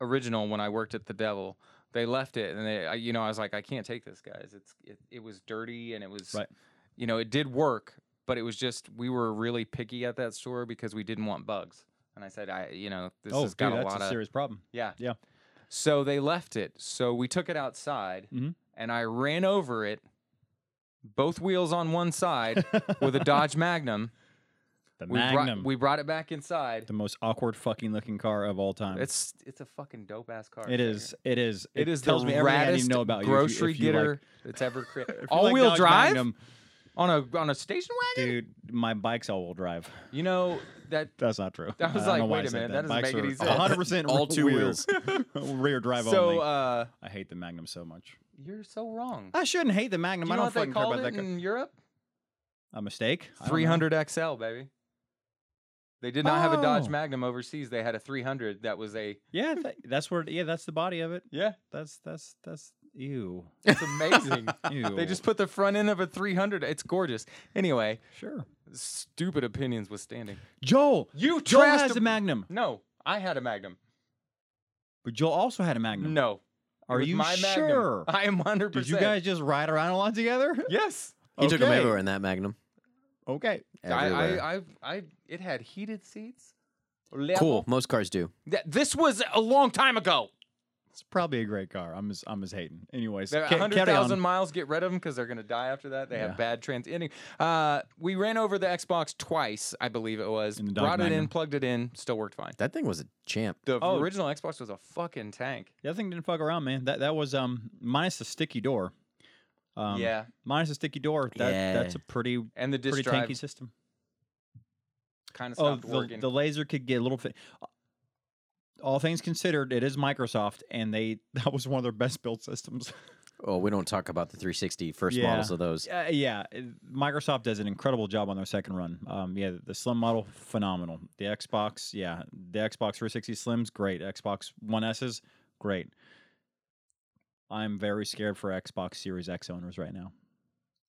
C: original when I worked at the Devil. They left it, and they, I, you know, I was like, I can't take this, guys. It's it, it was dirty, and it was,
A: Right.
C: you know, it did work, but it was just we were really picky at that store because we didn't want bugs. And I said, I, you know, this
A: oh,
C: has
A: dude,
C: got a
A: that's
C: lot
A: a
C: of
A: serious problem.
C: Yeah.
A: Yeah.
C: So they left it. So we took it outside
A: Mhm.
C: and I ran over it, both wheels on one side with a Dodge Magnum.
A: The
C: We,
A: Magnum,
C: Brought, we brought it back inside.
A: the most awkward fucking looking car of all time.
C: It's it's a fucking dope ass car.
A: It is. It is.
C: It is
A: tells
C: the
A: me everything I need
C: raddest
A: to know about you if you.
C: grocery
A: if you like-
C: getter that's ever
A: if
C: created.
A: you
C: All
A: like
C: wheel
A: Dodge
C: drive
A: Magnum,
C: on a on a station wagon.
A: dude. My bike's all wheel drive.
C: You know that
A: That's not true.
C: That was
A: I don't
C: like,
A: know why
C: wait
A: I
C: a
A: said
C: minute,
A: That
C: that doesn't make any sense.
A: One hundred percent
B: All two wheels.
A: rear drive only.
C: so uh,
A: I hate the Magnum so much.
C: you're so wrong.
A: I shouldn't hate the Magnum.
C: Do you
A: I
C: know
A: don't
C: what they
A: fucking care
C: called
A: about
C: it
A: that. car.
C: in Europe?
A: A mistake. I don't know.
C: 300 XL, baby. They did not have a Dodge
A: Oh.
C: Magnum overseas. They had a 300 that was a.
A: Yeah, tha- that's where. Yeah, that's the body of it.
C: Yeah,
A: That's that's that's ew.
C: it's amazing.
A: Ew.
C: they just put the front end of a 300. It's gorgeous. Anyway,
A: sure.
C: stupid opinions withstanding.
A: Joel.
C: You
A: Joel
C: trashed
A: has a Magnum,
C: No, I had a Magnum.
A: but Joel also had a Magnum.
C: No. It
A: Are
C: was
A: you
C: my Magnum.
A: sure?
C: I am 100%.
A: Did you guys just ride around a lot together?
C: Yes.
B: he took him
A: Okay.
B: everywhere in that Magnum.
A: Okay.
C: I,
B: Everywhere.
A: eh?
C: I, I, I, it had heated seats.
B: cool.
C: Level-
B: Most cars do.
C: Th- This was a long time ago.
A: It's probably a great car. I'm just, I'm just hating. Anyways,
C: They're
A: ca- carry on.
C: 100,000 miles. Get rid of them because they're going to die after that. They
A: Yeah.
C: have bad trans. Any, uh, we ran over the Xbox twice, I believe it was.
A: In the Dog
C: Brought it
A: Magnum.
C: in, plugged it in, still worked fine.
B: That thing was a champ.
C: The
A: Oh.
C: original Xbox was a fucking tank.
A: That thing didn't fuck around, man. That that was um minus the sticky door. Um,
C: yeah,
A: Minus the sticky door. That that's a
B: Yeah.
A: pretty
C: and the disk
A: pretty
C: drive
A: tanky system.
C: kind of
A: Oh,
C: stopped
A: the,
C: working.
A: the laser could get a little. Fi- All things considered, it is Microsoft, and they that was one of their best built systems.
B: Oh, we don't talk about the 360 first
A: Yeah.
B: models of those.
A: Uh, yeah, it- Microsoft does an incredible job on their second run. Um, yeah, the Slim model, phenomenal. The Xbox, yeah, the Xbox 360 Slims, great. Xbox One S's, great. I'm very scared for Xbox Series X owners right now.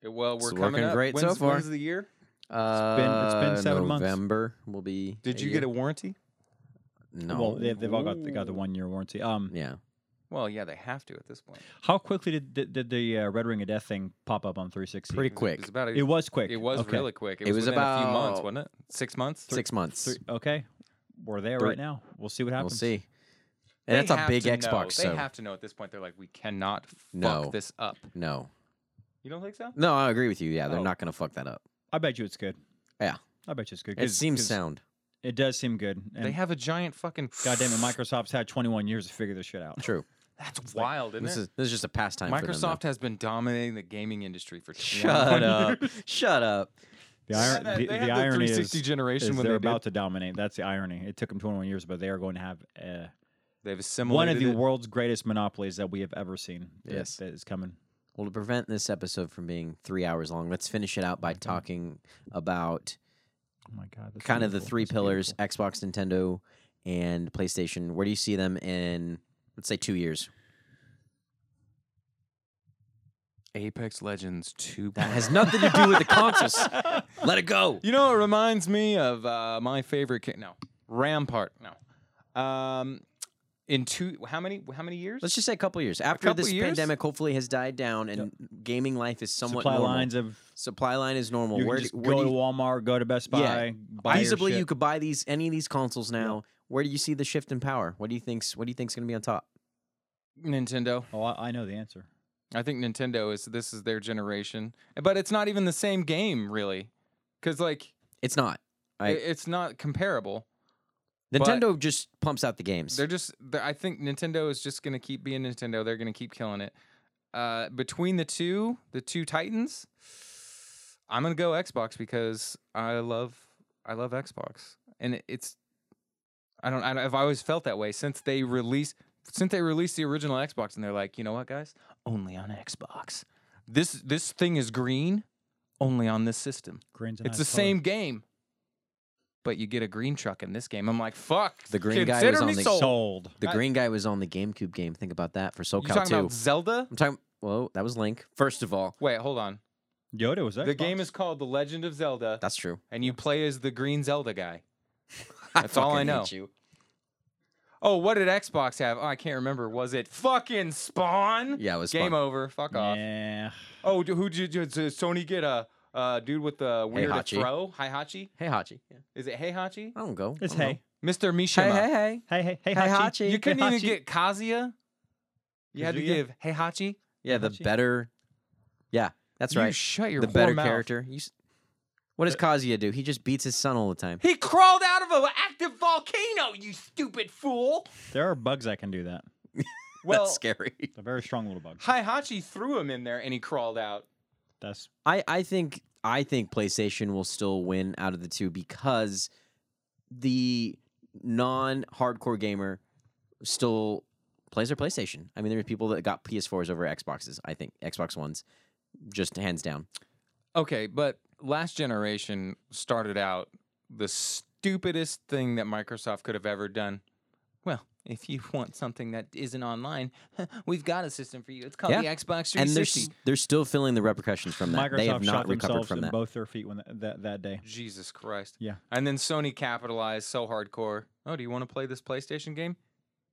C: well,
B: It's
C: we're coming
B: working
C: up.
B: great so
C: When's-
B: far.
C: When's the year?
A: been- it's been
B: Uh,
A: seven months.
B: November will be.
C: Did you get a warranty?
B: year. no?
A: Well, they, they've all got they got the one year warranty. Um,
B: yeah,
C: Well, yeah, they have to at this point.
A: how quickly did did, did the uh, Red Ring of Death thing pop up on 360?
B: pretty
C: It was
B: quick.
C: about. A,
A: It was quick.
C: it was
A: okay.
C: really quick. It,
B: It was
C: was, within a few months,
B: about-
C: wasn't it? Six months.
B: Six months.
A: Three- okay, we're there
B: Three-
A: right now. We'll see what
B: We'll
A: happens.
B: see. And
C: They
B: that's a
C: have
B: big
C: to know.
B: Xbox,
C: They
B: so
C: have to know at this point. They're like, we cannot fuck
B: No.
C: this up.
B: no.
C: You don't think so?
B: No, I agree with you. Yeah, they're
C: Oh.
B: not going to fuck that up.
A: I bet you it's good.
B: Yeah.
A: I bet you it's good.
B: It
A: 'cause-
B: seems
A: 'cause
B: sound.
A: It does seem good. And
C: They have a giant fucking.
A: goddamn it, Microsoft's had 21 years to figure this shit out.
B: True.
C: That's
A: like,
C: wild, isn't
B: This
C: it?
B: is this is just a pastime for them. though.
C: Microsoft has been dominating the gaming industry for 21
B: Shut up. Shut up.
A: The,
C: They
A: iron,
C: had that-
A: the,
C: they
A: the
C: had
A: irony
C: 360
A: is,
C: generation
A: is
C: when
A: they're
C: they
A: about
C: about
A: to dominate. That's the irony. It took them 21 years, but they are going to have uh,
C: they've assimilated
A: one of the
C: it.
A: world's greatest monopolies that we have ever seen. that-
B: Yes.
A: that is coming.
B: Well, to prevent this episode from being three hours long, let's finish it out by
A: Mm-hmm.
B: talking about
A: Oh my god! that's
B: kind of the
A: beautiful.
B: three
A: That's
B: pillars:
A: beautiful.
B: Xbox, Nintendo, and PlayStation. Where do you see them in, let's say, two years?
C: Apex Legends oh. 2.
B: That has nothing to do with the consoles. Let it go.
C: You know, it reminds me of uh, my favorite. Ca- no, Rampart. No, um, in two. How many? How many years?
B: Let's just say a couple years after
C: couple
B: this
C: years?
B: pandemic hopefully has died down and gaming life is somewhat
A: Supply
B: normal.
A: lines of
B: Supply line is normal.
A: you can
B: where
A: just
B: do,
A: go
B: where do
A: to
B: you,
A: Walmart, go to Best Buy,
B: Yeah.
A: buy your
B: feasibly
A: shit.
B: you could buy these any of these consoles now? Where do you see the shift in power? What do you think's What do you think's going to be on top?
C: Nintendo.
A: Oh, I, I know the answer.
C: I think Nintendo is this is their generation, but it's not even the same game really, because like
B: It's not. I-
C: i- it's not comparable. But-
B: Nintendo just pumps out the games.
C: They're just. they I think Nintendo is just gonna keep being Nintendo. They're gonna keep killing it. Uh, between the two, the two titans, I'm gonna go Xbox because I love I love Xbox, and it, it's I don't I don't- I've always felt that way since they released since they released the original Xbox, and they're like, you know what, guys, only on Xbox. This this thing is green, only on this system.
A: Green's a
C: It's
A: nice
C: the
A: color.
C: same game, but you get a green truck in this game. I'm like, fuck.
B: The green guy
C: consider
B: was on
C: me
B: the-
C: sold.
A: Sold.
B: the
C: I-
B: green guy was on the GameCube game. Think about that for
C: You
B: SoCal
C: talking
B: too.
C: about Zelda?
B: I'm talking. Whoa, that was Link. First of all,
C: Wait, hold on.
A: Yoda was
C: The
A: Xbox.
C: game is called The Legend of Zelda,
B: that's true.
C: and you play as the green Zelda guy. That's all I
B: fucking hate
C: know.
B: you.
C: Oh, what did Xbox have? Oh, I can't remember. Was it fucking Spawn?
B: Yeah, it was
C: Game
B: fun.
C: over. Fuck off.
A: Yeah.
C: Oh, d- who did, did Sony get a uh, dude with the weird
B: Heihachi.
C: throw? Heihachi?
B: Hey Hachi. Yeah.
C: Is it Heihachi?
B: I don't go.
A: It's
B: I don't
A: hey.
C: Mr.
B: know. Hey
C: Mishima.
B: hey
A: Hey, hey, hey,
B: hey hey
A: Hachi.
B: Hachi.
C: You couldn't even
A: Heihachi.
C: get Kazuya. You had to
A: Kazuya?
C: give Heihachi.
B: Yeah, the
A: Heihachi.
B: better. Yeah, that's
C: You
B: right.
C: shut your
B: The
C: whore
B: better
C: mouth. Uh,
B: character. You. s- What does Kazuya do? He just beats his son all the time.
C: He crawled out of an active volcano, you stupid fool.
A: There are bugs that can do that.
C: Well,
B: that's scary.
A: A very strong little bug.
C: Heihachi threw him in there and he crawled out.
A: That's
B: I I think I think PlayStation will still win out of the two because the non-hardcore gamer still plays their PlayStation. I mean, there are people that got PS4s over Xboxes. I think Xbox Ones, just hands down.
C: Okay, but last generation started out the stupidest thing that Microsoft could have ever done. Well, if you want something that isn't online, we've got a system for you. It's called
B: Yeah.
C: the Xbox 360.
B: And they're s- they're still feeling the repercussions from that.
A: Microsoft
B: they have
A: shot
B: not recovered
A: themselves
B: from
A: in
B: that.
A: both their feet when that, that that day.
C: Jesus Christ.
A: Yeah.
C: And then Sony capitalized so hardcore. Oh, do you want to play this PlayStation game?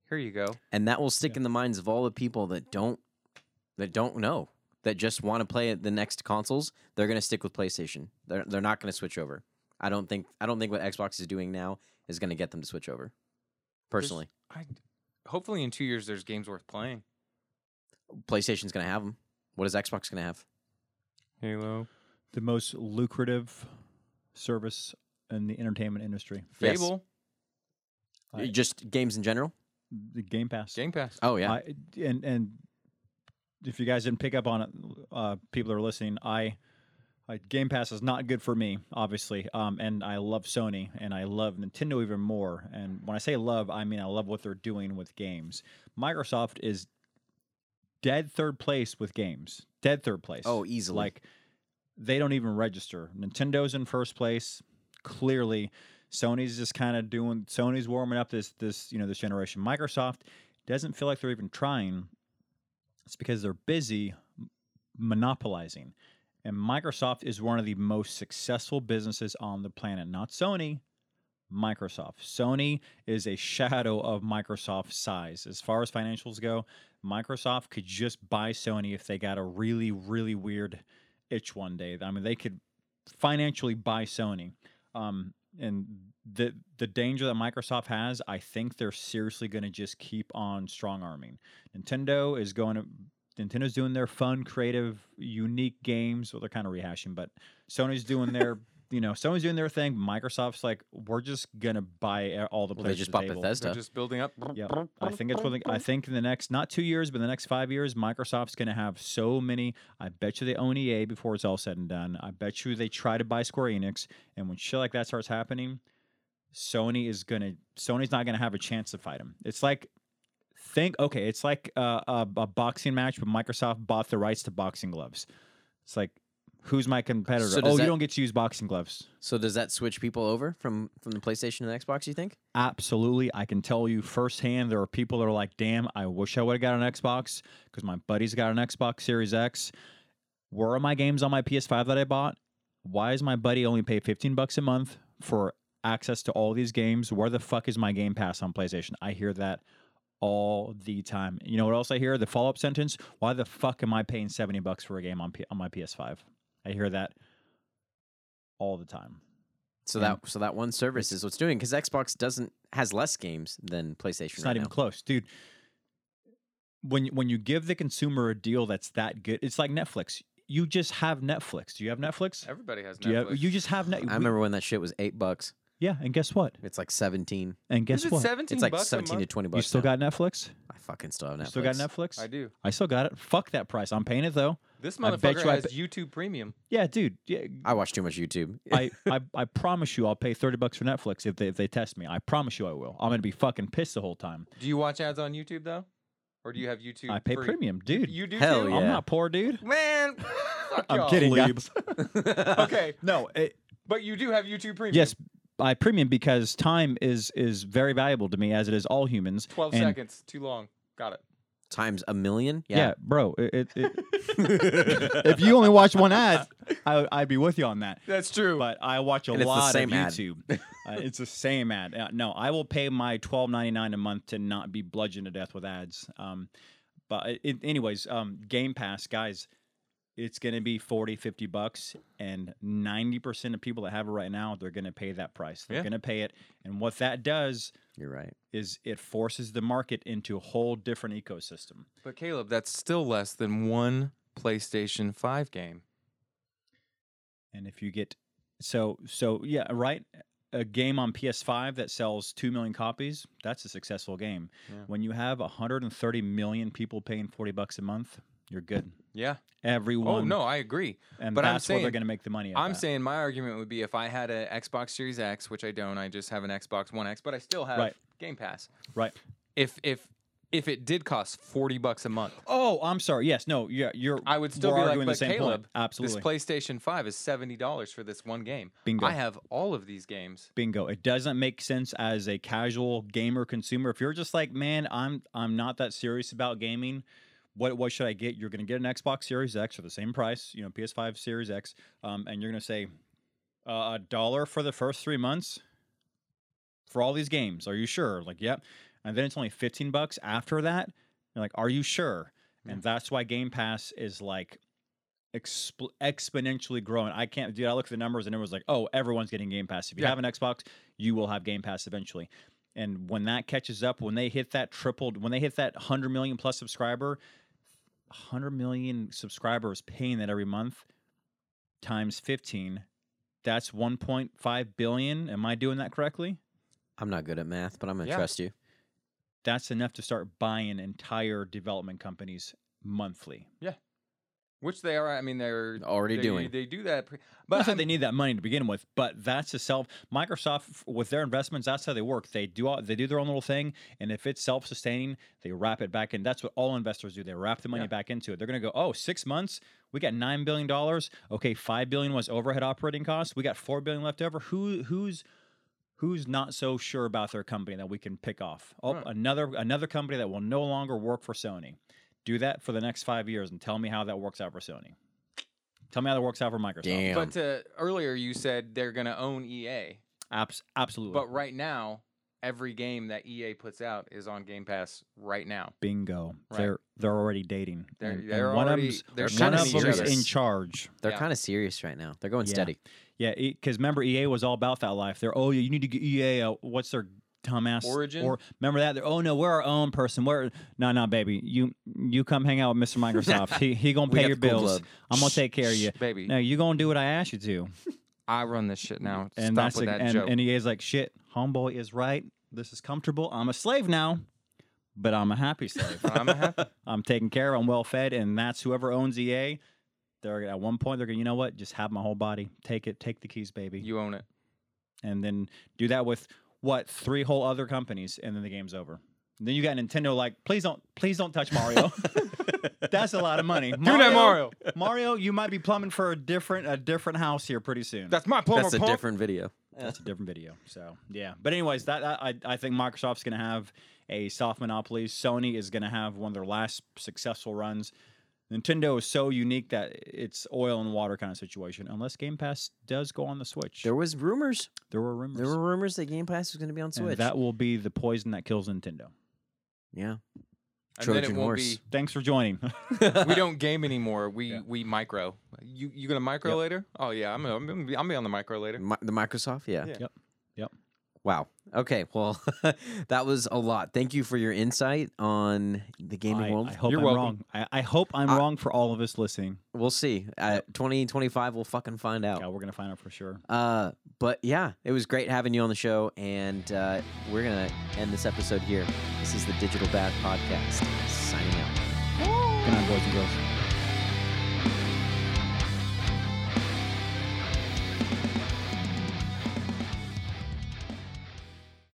C: Here you go.
B: and that will stick in the minds of all the people that don't that don't know that just want to play the next consoles they're going to stick with playstation they're, they're not going to switch over i don't think i don't think what xbox is doing now is going to get them to switch over personally
C: I hopefully in two years there's games worth playing.
B: playstation's going to have them what is xbox going to have
C: Halo,
A: The most lucrative service in the entertainment industry.
B: Yes.
C: Fable,
A: I-
B: just games in general
A: The Game Pass.
C: Game Pass.
B: oh yeah
A: I, and and if you guys didn't pick up on it, uh, people that are listening, I, I Game Pass is not good for me, obviously. Um, and I love Sony and I love Nintendo even more. And when I say love, I mean I love what they're doing with games. Microsoft is dead third place with games. Dead third place.
B: oh easily
A: Like they don't even register. Nintendo's in first place, clearly. Sony's just kind of doing Sony's warming up this this, you know, this generation. Microsoft doesn't feel like they're even trying. It's because they're busy m- monopolizing. And Microsoft is one of the most successful businesses on the planet, not Sony, Microsoft. Sony is a shadow of Microsoft's size. As far as financials go, Microsoft could just buy Sony if they got a really, really weird itch one day. I mean, they could financially buy Sony. Um, and the the danger that Microsoft has, I think they're seriously going to just keep on strong arming. Nintendo is going to Nintendo's doing their fun, creative, unique games. Well, they're kind of rehashing, but Sony's doing their you know Sony's doing their thing. Microsoft's like we're just going to buy a- all the
B: Well,
A: players.
B: they
A: to the
B: just bought
A: table.
C: They're
B: Bethesda.
C: just building up.
A: Yeah, I think it's what I think in the next not two years, but the next five years, Microsoft's going to have so many. I bet you they own EA before it's all said and done. I bet you they try to buy Square Enix, and when shit like that starts happening, Sony is going to Sony's not going to have a chance to fight them. It's like think okay, it's like uh, a, a boxing match, but Microsoft bought the rights to boxing gloves. It's like who's my competitor?
B: So does
A: oh,
B: that-
A: you don't get to use boxing gloves.
B: So does that switch people over from from the PlayStation to the Xbox? You think?
A: Absolutely. I can tell you firsthand there are people that are like, damn, I wish I would have got an Xbox because my buddy's got an Xbox Series X. Where are my games on my PS5 that I bought? Why is my buddy only pay 15 bucks a month for access to all these games? Where the fuck is my Game Pass on PlayStation? I hear that all the time. You know what else I hear? The follow-up sentence, why the fuck am I paying 70 bucks for a game on P- on my PS5? I hear that all the time.
B: So
A: Yeah.
B: that so that one service is what's doing because Xbox doesn't has less games than PlayStation.
A: It's
B: right
A: not even
B: now.
A: close, dude. When when you give the consumer a deal that's that good, it's like Netflix. You just have Netflix. Do you have Netflix?
C: Everybody has Netflix.
A: Do you, have, you just have Netflix.
B: I remember when that shit was eight bucks.
A: yeah, and guess what?
B: It's like seventeen.
A: And guess
C: Is it
A: what?
C: 17
B: It's like
C: bucks a
B: seventeen to
C: month?
B: twenty bucks.
A: You still
B: now.
A: got Netflix?
B: I fucking still have Netflix.
A: You still got Netflix?
C: I do.
A: I still got it. Fuck that price. I'm paying it though.
C: This
A: I bet
C: motherfucker
A: you I
C: has
A: bet-
C: YouTube Premium.
A: Yeah, dude. Yeah,
B: I watch too much YouTube. Uh,
A: I, I I promise you, I'll pay thirty bucks for Netflix if they if they test me. I promise you, I will. I'm gonna be fucking pissed the whole time.
C: Do you watch ads on YouTube though, or do you have YouTube?
A: I pay
C: free?
A: premium, dude.
C: You do
B: Hell
C: too. Oh,
B: yeah.
A: I'm not poor, dude.
C: Man, fuck
A: I'm
C: y'all.
A: kidding,
B: plebes.
A: guys.
C: Okay,
A: No, it,
C: but you do have YouTube Premium.
A: Yes, by premium because time is is very valuable to me as it is all humans.
C: twelve
A: And-
C: seconds too long. Got it.
B: Times a million.
A: Yeah, bro. It, it, it- if you only watch one ad, I, I'd be with you on that.
C: That's true.
A: But I watch a
B: And it's the
A: lot
B: same
A: of
B: ad.
A: YouTube. uh, it's the same ad. Uh, no, I will pay my twelve ninety nine a month to not be bludgeoned to death with ads. Um, but it- it, anyways, um, Game Pass, guys. It's going to be 40, 50 bucks, and 90% of people that have it right now, they're going to pay that price. They're
C: Yeah.
A: going to pay it. And what that does
B: You're right.
A: is it forces the market into a whole different ecosystem.
C: But Caleb, that's still less than one PlayStation 5 game.
A: And if you get so so yeah, right, a game on PS5 that sells 2 million copies, that's a successful game.
C: Yeah.
A: When you have 130 million people paying 40 bucks a month, you're good.
C: Yeah.
A: Everyone
C: Oh no, I agree.
A: and
C: but I'm
A: that's where they're
C: saying-
A: going to make the money at
C: I'm
A: that.
C: saying my argument would be if I had an Xbox Series X, which I don't, I just have an Xbox One X, but I still have
A: Right.
C: Game Pass.
A: right.
C: If if if it did cost 40 bucks a month,
A: Oh, I'm sorry. Yes, no, yeah, you're
C: I would still
A: we're
C: be like,
A: arguing
C: but
A: the same
C: Caleb,
A: point. Absolutely.
C: this PlayStation 5 is $70 for this one game.
A: Bingo.
C: I have all of these games.
A: Bingo. It doesn't make sense as a casual gamer consumer. If you're just like, man, I'm I'm not that serious about gaming. What what should I get? You're gonna get an Xbox Series X for the same price, you know, PS5 Series X, um, and you're gonna say uh, a dollar for the first three months for all these games. Are you sure? Like, yep. And then it's only fifteen bucks after that. You're like, are you sure? And that's why Game Pass is like exp- exponentially growing. I can't, dude. I look at the numbers and it was like, oh, everyone's getting Game Pass. If you
C: Yeah.
A: have an Xbox, you will have Game Pass eventually. And when that catches up, when they hit that tripled, when they hit that 100 million plus subscriber, 100 million subscribers paying that every month times 15, that's 1.5 billion. Am I doing that correctly?
B: I'm not good at math, but I'm gonna
C: Yeah.
B: trust you.
A: That's enough to start buying entire development companies monthly.
C: Which they are, I mean, they're
B: Already
C: they,
B: doing.
C: They do that. Pre-
A: But
C: but
A: I
C: I'm-
A: think they need that money to begin with. But that's a self. Microsoft f- with their investments, that's how they work. They do all, they do their own little thing, and if it's self sustaining, they wrap it back in. That's what all investors do. They wrap the money
C: Yeah.
A: back into it. They're gonna go, oh, six months, we got nine billion dollars. Okay, five billion was overhead operating costs. We got four billion left over. Who who's Who's not so sure about their company that we can pick off? Oh,
C: Right.
A: another another company that will no longer work for Sony. Do that for the next five years and tell me how that works out for Sony. Tell me how that works out for Microsoft.
B: Damn.
C: But uh, earlier you said they're going to own EA.
A: Abs- absolutely.
C: But right now, every game that EA puts out is on Game Pass right now.
A: Bingo.
C: Right.
A: They're they're already dating.
C: They're-
A: and, and
C: they're
A: one
C: already-
A: of them's,
C: they're
A: one
B: kinda
A: of 'em is
B: serious.
A: in charge.
B: They're
C: Yeah.
B: kind of serious right now. They're going
A: Yeah.
B: steady.
A: Yeah, because remember EA was all about that life. They're oh yeah, you need to get EA. Uh, what's their dumbass
C: Origin?
A: Or remember that? They're, oh no, we're our own person. We're no, no, baby. You you come hang out with Mr. Microsoft. he he gonna
B: We
A: pay
B: got
A: your
B: the cool
A: bills.
B: club.
A: I'm gonna take care of you.
C: Baby,
A: No, you gonna do what I asked you to.
C: I run this shit now.
A: And
C: Stop
A: that's
C: with
A: a,
C: that
A: and,
C: joke.
A: and EA's like shit. Homeboy is right. This is comfortable. I'm a slave now, but I'm a happy slave.
C: I'm a happy.
A: I'm um, taken care of. I'm well fed, and that's whoever owns EA. They're at one point they're gonna you know what? Just have my whole body. Take it. Take the keys, baby.
C: You own it.
A: and then do that with what three whole other companies, and then the game's over. And then you got Nintendo like, please don't, please don't touch Mario. That's a lot of money.
C: Do that, Mario.
A: Mario, you might be plumbing for a different, a different house here pretty soon.
C: That's my plumber.
B: That's a
C: pump.
B: different video.
A: That's a different video. So yeah, but anyways, that I I think Microsoft's gonna have a soft monopoly. Sony is gonna have one of their last successful runs. Nintendo is so unique that it's oil and water kind of situation. Unless Game Pass does go on the Switch, there,
B: There was rumors.
A: were rumors.
B: There were rumors that Game Pass was going to be on
A: And
B: Switch.
A: that will be the poison that kills Nintendo.
B: yeah.
C: And then it
B: Trojan
C: won't
B: horse.
A: Thanks for joining.
C: be- we don't game anymore. We
A: Yeah.
C: we micro. You you gonna micro
A: Yep.
C: later? Oh yeah, I'm I'm gonna be, I'm gonna be on the micro later.
B: Mi- the Microsoft, yeah.
C: Yeah.
A: Yep. Yep.
B: Wow. Okay. Well, that was a lot. Thank you for your insight on the gaming
A: I,
B: world.
A: I hope
C: You're
A: I'm
C: welcome.
A: wrong. I, I hope I'm
B: I-
A: wrong for all of us listening.
B: we'll see. Uh, 2025, we'll fucking find out.
A: Yeah, we're gonna find out for sure.
B: Uh, but yeah, it was great having you on the show, and uh, we're gonna end this episode here. This is the Digital Bath Podcast. Signing out.
A: Good night, boys and girls.